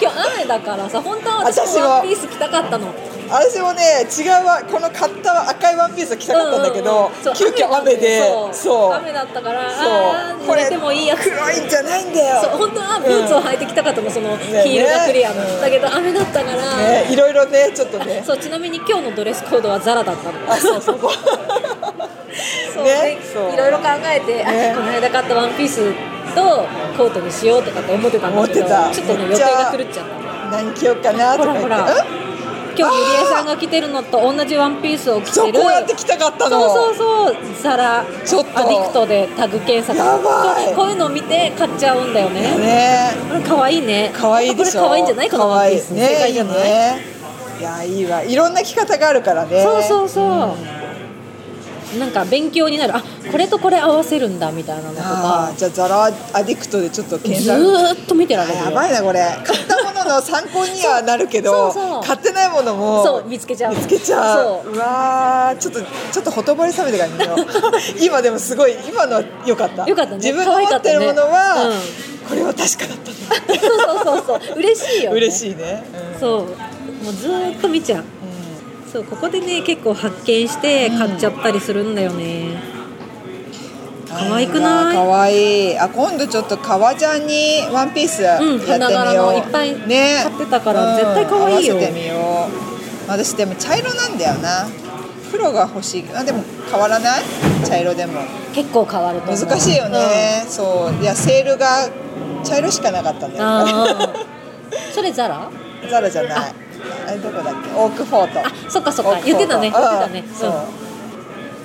[SPEAKER 2] 今日雨だからさ本当は私
[SPEAKER 1] 私
[SPEAKER 2] も
[SPEAKER 1] も
[SPEAKER 2] ワンピース着たかったの
[SPEAKER 1] 私もね違うわこの買った赤いワンピース着たかったんだけ
[SPEAKER 2] うんうん
[SPEAKER 1] ど、
[SPEAKER 2] うんそう
[SPEAKER 1] 急遽雨で
[SPEAKER 2] だったのそう
[SPEAKER 1] そう
[SPEAKER 2] 雨だったから
[SPEAKER 1] そう
[SPEAKER 2] あー濡れてもいいやつ
[SPEAKER 1] 黒いんじゃないんだ
[SPEAKER 2] そう
[SPEAKER 1] よ。
[SPEAKER 2] 本当はブーツを履いてきたかったのそのヒ
[SPEAKER 1] ね
[SPEAKER 2] ールがクリアの、
[SPEAKER 1] ね
[SPEAKER 2] だけど雨だったから、
[SPEAKER 1] ねいろいろねちょっとね。
[SPEAKER 2] そうちなみに今日のドレスコードはザラだったの
[SPEAKER 1] あそうそうそう。
[SPEAKER 2] そう
[SPEAKER 1] ね
[SPEAKER 2] で
[SPEAKER 1] そう
[SPEAKER 2] いろいろ考えて、
[SPEAKER 1] ね
[SPEAKER 2] あこの間買ったワンピースとコートにしようとかって思ってたんだけど
[SPEAKER 1] 思ってた
[SPEAKER 2] ちょっとね予
[SPEAKER 1] めっ
[SPEAKER 2] 定
[SPEAKER 1] ちゃ
[SPEAKER 2] が狂っちゃった
[SPEAKER 1] 何着ようかなと
[SPEAKER 2] ほ
[SPEAKER 1] か言っ
[SPEAKER 2] ら
[SPEAKER 1] て。
[SPEAKER 2] ほら
[SPEAKER 1] ん
[SPEAKER 2] 今日ゆりえさんが着てるのと同じワンピースを着てる
[SPEAKER 1] そうこうやって着たかったの。
[SPEAKER 2] そうそうそうザラ
[SPEAKER 1] ちょっと
[SPEAKER 2] アディクトでタグ検索
[SPEAKER 1] やばい
[SPEAKER 2] こうこういうのを見て買っちゃうんだよね
[SPEAKER 1] ね。
[SPEAKER 2] これ可愛いね
[SPEAKER 1] 可愛いでしょ。
[SPEAKER 2] これ可愛いんじゃないこのワンピー
[SPEAKER 1] 可
[SPEAKER 2] ス
[SPEAKER 1] 愛いね
[SPEAKER 2] 正解じゃない
[SPEAKER 1] いね。いやいいわ。いろんな着方があるからね。
[SPEAKER 2] そうそうそう、なんか勉強になるあこれとこれ合わせるんだみたいなのと
[SPEAKER 1] あ
[SPEAKER 2] か
[SPEAKER 1] あじゃあザラアディクトでちょっと検
[SPEAKER 2] ず
[SPEAKER 1] 索。
[SPEAKER 2] ーっと見てられるよ
[SPEAKER 1] やばいなこれ。買ったものの参考にはなるけど、
[SPEAKER 2] [LAUGHS] そうそうそう
[SPEAKER 1] 買ってないものも。
[SPEAKER 2] そう見つけちゃう
[SPEAKER 1] 見つけちゃう
[SPEAKER 2] そう
[SPEAKER 1] わーちょっとちょっとほとぼり冷めて感じの
[SPEAKER 2] [LAUGHS]
[SPEAKER 1] 今でもすごい今のは良かった
[SPEAKER 2] 良かったね
[SPEAKER 1] 自分の持ってるもの
[SPEAKER 2] 可愛かった
[SPEAKER 1] は、
[SPEAKER 2] ね
[SPEAKER 1] これは確かだったね
[SPEAKER 2] うそうそうそう嬉しいよ、ね、
[SPEAKER 1] 嬉
[SPEAKER 2] い
[SPEAKER 1] しいね、うん
[SPEAKER 2] そうもうずーっと見ちゃう
[SPEAKER 1] う
[SPEAKER 2] そうここでね結構発見して買っちゃったりするんだよね、
[SPEAKER 1] ん
[SPEAKER 2] 可愛くない
[SPEAKER 1] あー可愛いあ今度ちょっと革ジャンにワンピースやってみ
[SPEAKER 2] うん
[SPEAKER 1] よう、
[SPEAKER 2] 花柄のいっぱい
[SPEAKER 1] ね
[SPEAKER 2] 買ってたから絶対可愛いよ
[SPEAKER 1] 合わせてみよう私でも茶色なんだよな黒が欲しいあでも変わらない茶色でも
[SPEAKER 2] 結構変わると思う
[SPEAKER 1] 難しいよね、そういやセールが茶色しかなかったん
[SPEAKER 2] う
[SPEAKER 1] だ
[SPEAKER 2] ん、あ
[SPEAKER 1] よね
[SPEAKER 2] ーそれザラ
[SPEAKER 1] [LAUGHS] ザラじゃないあれどこだっけオークフォート
[SPEAKER 2] あそっかそっ
[SPEAKER 1] オー
[SPEAKER 2] か
[SPEAKER 1] クフォート
[SPEAKER 2] 言ってたね言ってたね
[SPEAKER 1] うん
[SPEAKER 2] そ
[SPEAKER 1] そうう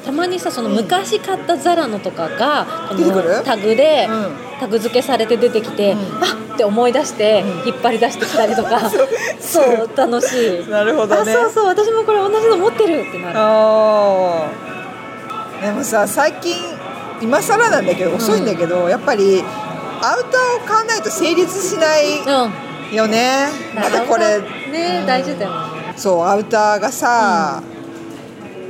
[SPEAKER 2] たまにさその昔買ったザラのとかがこ
[SPEAKER 1] 出てく
[SPEAKER 2] の
[SPEAKER 1] る
[SPEAKER 2] タグで、
[SPEAKER 1] うん
[SPEAKER 2] タグ付けされて出てきて、
[SPEAKER 1] うん
[SPEAKER 2] あっって思い出して
[SPEAKER 1] うん
[SPEAKER 2] 引っ張り出してきたりとか、
[SPEAKER 1] [LAUGHS] そう
[SPEAKER 2] そう楽しい、
[SPEAKER 1] なるほど
[SPEAKER 2] あ
[SPEAKER 1] ね
[SPEAKER 2] そうそう私もこれ同じの持ってるってなる
[SPEAKER 1] あーでもさ最近今更なんだけど遅いんだけど、やっぱりアウターを買わないと成立しない
[SPEAKER 2] うん
[SPEAKER 1] よね、まだこれ
[SPEAKER 2] ね、
[SPEAKER 1] うん
[SPEAKER 2] 大事だよね
[SPEAKER 1] そうアウターがさ、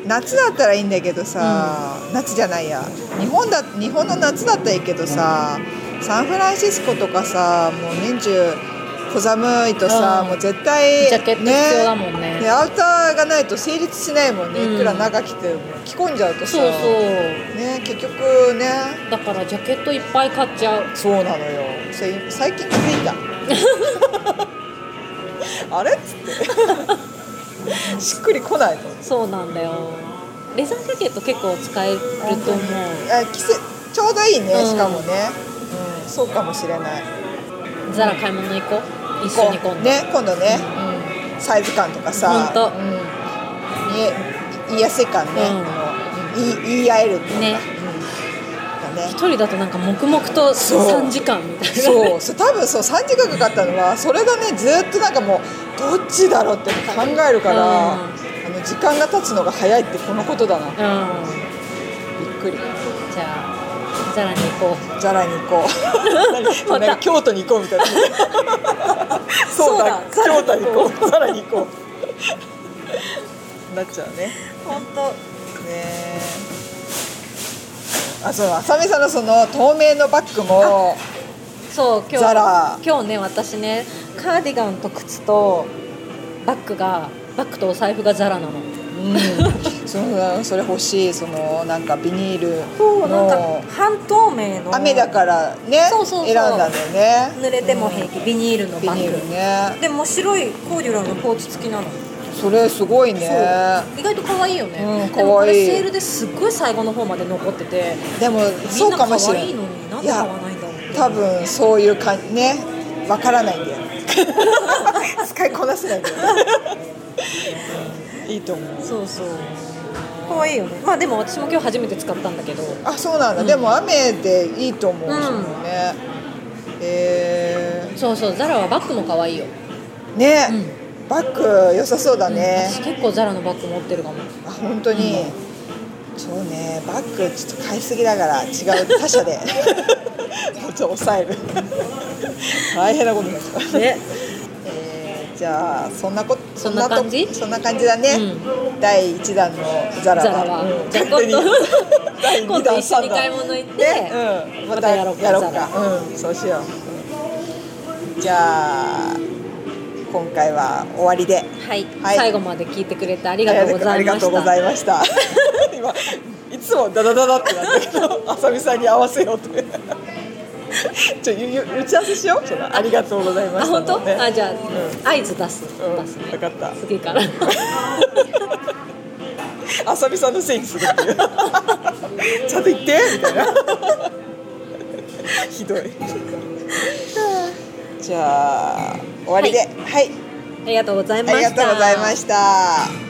[SPEAKER 1] 夏だったらいいんだけどさ、夏じゃないや日本だ日本の夏だったらいいけどさサンフランシスコとかさもう年中小寒いとさ、
[SPEAKER 2] うん
[SPEAKER 1] もう絶対
[SPEAKER 2] ジャケット必要だもんね
[SPEAKER 1] でアウターがないと成立しないもんね、
[SPEAKER 2] うん
[SPEAKER 1] いくら長着ても着込んじゃうとさ
[SPEAKER 2] そうそう
[SPEAKER 1] ね、結局ね
[SPEAKER 2] だからジャケットいっぱい買っちゃう
[SPEAKER 1] そうなのよそれ最近気づい
[SPEAKER 2] [LAUGHS]
[SPEAKER 1] たあれっつって
[SPEAKER 2] [LAUGHS]
[SPEAKER 1] しっくりこないの
[SPEAKER 2] そうなんだよレザージャケット結構使えると思う
[SPEAKER 1] あ季節ちょうどいいね、
[SPEAKER 2] うん
[SPEAKER 1] しかもね、うん、そうかもしれない
[SPEAKER 2] ザラ買い物行こう一緒に今度、
[SPEAKER 1] ね今度ね、うんサイズ感とかさ
[SPEAKER 2] ほんと
[SPEAKER 1] うん、見え言いやすい感ね、
[SPEAKER 2] うん
[SPEAKER 1] あの言い言い合えるっていうか
[SPEAKER 2] ね
[SPEAKER 1] うん、だね
[SPEAKER 2] 一人だとなんか黙々と
[SPEAKER 1] そう
[SPEAKER 2] 3時間みたいな
[SPEAKER 1] そうそう多分そう3時間かかったのはそれがねずっとなんかもうどっちだろうって考えるから、
[SPEAKER 2] うん
[SPEAKER 1] あの時間が経つのが早いってこのことだなびっ
[SPEAKER 2] うん
[SPEAKER 1] くり
[SPEAKER 2] じゃあザラに行こう
[SPEAKER 1] じゃらに行こう
[SPEAKER 2] [LAUGHS] また
[SPEAKER 1] なんか京都に行こうみ
[SPEAKER 2] [LAUGHS]
[SPEAKER 1] たいなそうだ
[SPEAKER 2] そ
[SPEAKER 1] 京
[SPEAKER 2] うだ
[SPEAKER 1] 都に行こうさらに行こうなっちゃうね
[SPEAKER 2] 本当
[SPEAKER 1] ねあそう浅見さんのその透明のバッグも
[SPEAKER 2] そう今日
[SPEAKER 1] ザラ
[SPEAKER 2] 今日ね私ねカーディガンと靴とバッグがバッグとお財布がザラなの
[SPEAKER 1] うん、その [LAUGHS] それ欲しいそのなんかビニー
[SPEAKER 2] そ
[SPEAKER 1] ル
[SPEAKER 2] うなんか
[SPEAKER 1] の
[SPEAKER 2] 半透明の
[SPEAKER 1] 雨だからね
[SPEAKER 2] そうそうそ
[SPEAKER 1] 選
[SPEAKER 2] う
[SPEAKER 1] んだんだよね
[SPEAKER 2] 濡れても平気ビニールの
[SPEAKER 1] ビ
[SPEAKER 2] バ
[SPEAKER 1] ニ
[SPEAKER 2] ッ
[SPEAKER 1] ール
[SPEAKER 2] グ
[SPEAKER 1] ね
[SPEAKER 2] でも白いコーデュロイのポーチ付きなの
[SPEAKER 1] それすごいね
[SPEAKER 2] 意外と可愛いよね、
[SPEAKER 1] うん
[SPEAKER 2] でもこ
[SPEAKER 1] 可
[SPEAKER 2] れ
[SPEAKER 1] 愛い
[SPEAKER 2] セールですっごい最後の方まで残ってて
[SPEAKER 1] でも
[SPEAKER 2] み
[SPEAKER 1] そ
[SPEAKER 2] ん
[SPEAKER 1] う
[SPEAKER 2] な
[SPEAKER 1] かもし
[SPEAKER 2] 可
[SPEAKER 1] れな
[SPEAKER 2] 愛い
[SPEAKER 1] い
[SPEAKER 2] のになん
[SPEAKER 1] い
[SPEAKER 2] で買
[SPEAKER 1] や
[SPEAKER 2] わないんだろう
[SPEAKER 1] 多分そういう感じねわからないんだよ [LAUGHS] 使いこなせないんだよいいと思う
[SPEAKER 2] そうそう可愛いよねまあでも私も今日初めて使ったんだけど
[SPEAKER 1] あそうなんだ、
[SPEAKER 2] うん
[SPEAKER 1] でも雨でいいと思う、
[SPEAKER 2] うん
[SPEAKER 1] そのねえ
[SPEAKER 2] そうそうザラはバッグも可愛いよ、
[SPEAKER 1] ー、ね、バッグ良さそうだね、
[SPEAKER 2] 私結構ザラのバッグ持ってるかも
[SPEAKER 1] あ本当に、そうねバッグちょっと買いすぎだから違う他社
[SPEAKER 2] [LAUGHS]
[SPEAKER 1] でちょっと抑える大変なことになっちゃう
[SPEAKER 2] ね
[SPEAKER 1] えーじゃあそんなこと
[SPEAKER 2] そんな感じ
[SPEAKER 1] そんなとそんな感じだね、第1弾のザラ
[SPEAKER 2] ザラ
[SPEAKER 1] は
[SPEAKER 2] は、
[SPEAKER 1] うん
[SPEAKER 2] じゃあ
[SPEAKER 1] 勝手
[SPEAKER 2] 今
[SPEAKER 1] に
[SPEAKER 2] 度
[SPEAKER 1] [LAUGHS] 第
[SPEAKER 2] 今
[SPEAKER 1] 2
[SPEAKER 2] 度
[SPEAKER 1] 弾
[SPEAKER 2] 一緒
[SPEAKER 1] 3
[SPEAKER 2] に買い
[SPEAKER 1] 弾
[SPEAKER 2] 物行って、
[SPEAKER 1] ね、うん、またや
[SPEAKER 2] や
[SPEAKER 1] ろ
[SPEAKER 2] ろ
[SPEAKER 1] う
[SPEAKER 2] う
[SPEAKER 1] か
[SPEAKER 2] か
[SPEAKER 1] うんそうしようじゃあ今回は終わりで
[SPEAKER 2] はい、
[SPEAKER 1] はい
[SPEAKER 2] 最後まで聞いてくれてありがとうございました
[SPEAKER 1] ありがとうございました今いつもダダダダってなったけどあさみさんに合わせようってちょゆゆ打ち合わせしようそのありがとうございま
[SPEAKER 2] あ
[SPEAKER 1] した
[SPEAKER 2] 本
[SPEAKER 1] の
[SPEAKER 2] 当、
[SPEAKER 1] ね
[SPEAKER 2] あじゃあ、
[SPEAKER 1] う
[SPEAKER 2] 合図出す
[SPEAKER 1] うん
[SPEAKER 2] 出すね、
[SPEAKER 1] 分かった
[SPEAKER 2] 次から [LAUGHS]
[SPEAKER 1] あさみさんのせいにするっていうちゃんと言ってみたいなひどい [LAUGHS] じゃあ終わりで
[SPEAKER 2] はい
[SPEAKER 1] はい
[SPEAKER 2] ありがとうございま
[SPEAKER 1] あ
[SPEAKER 2] した
[SPEAKER 1] りがとうございました。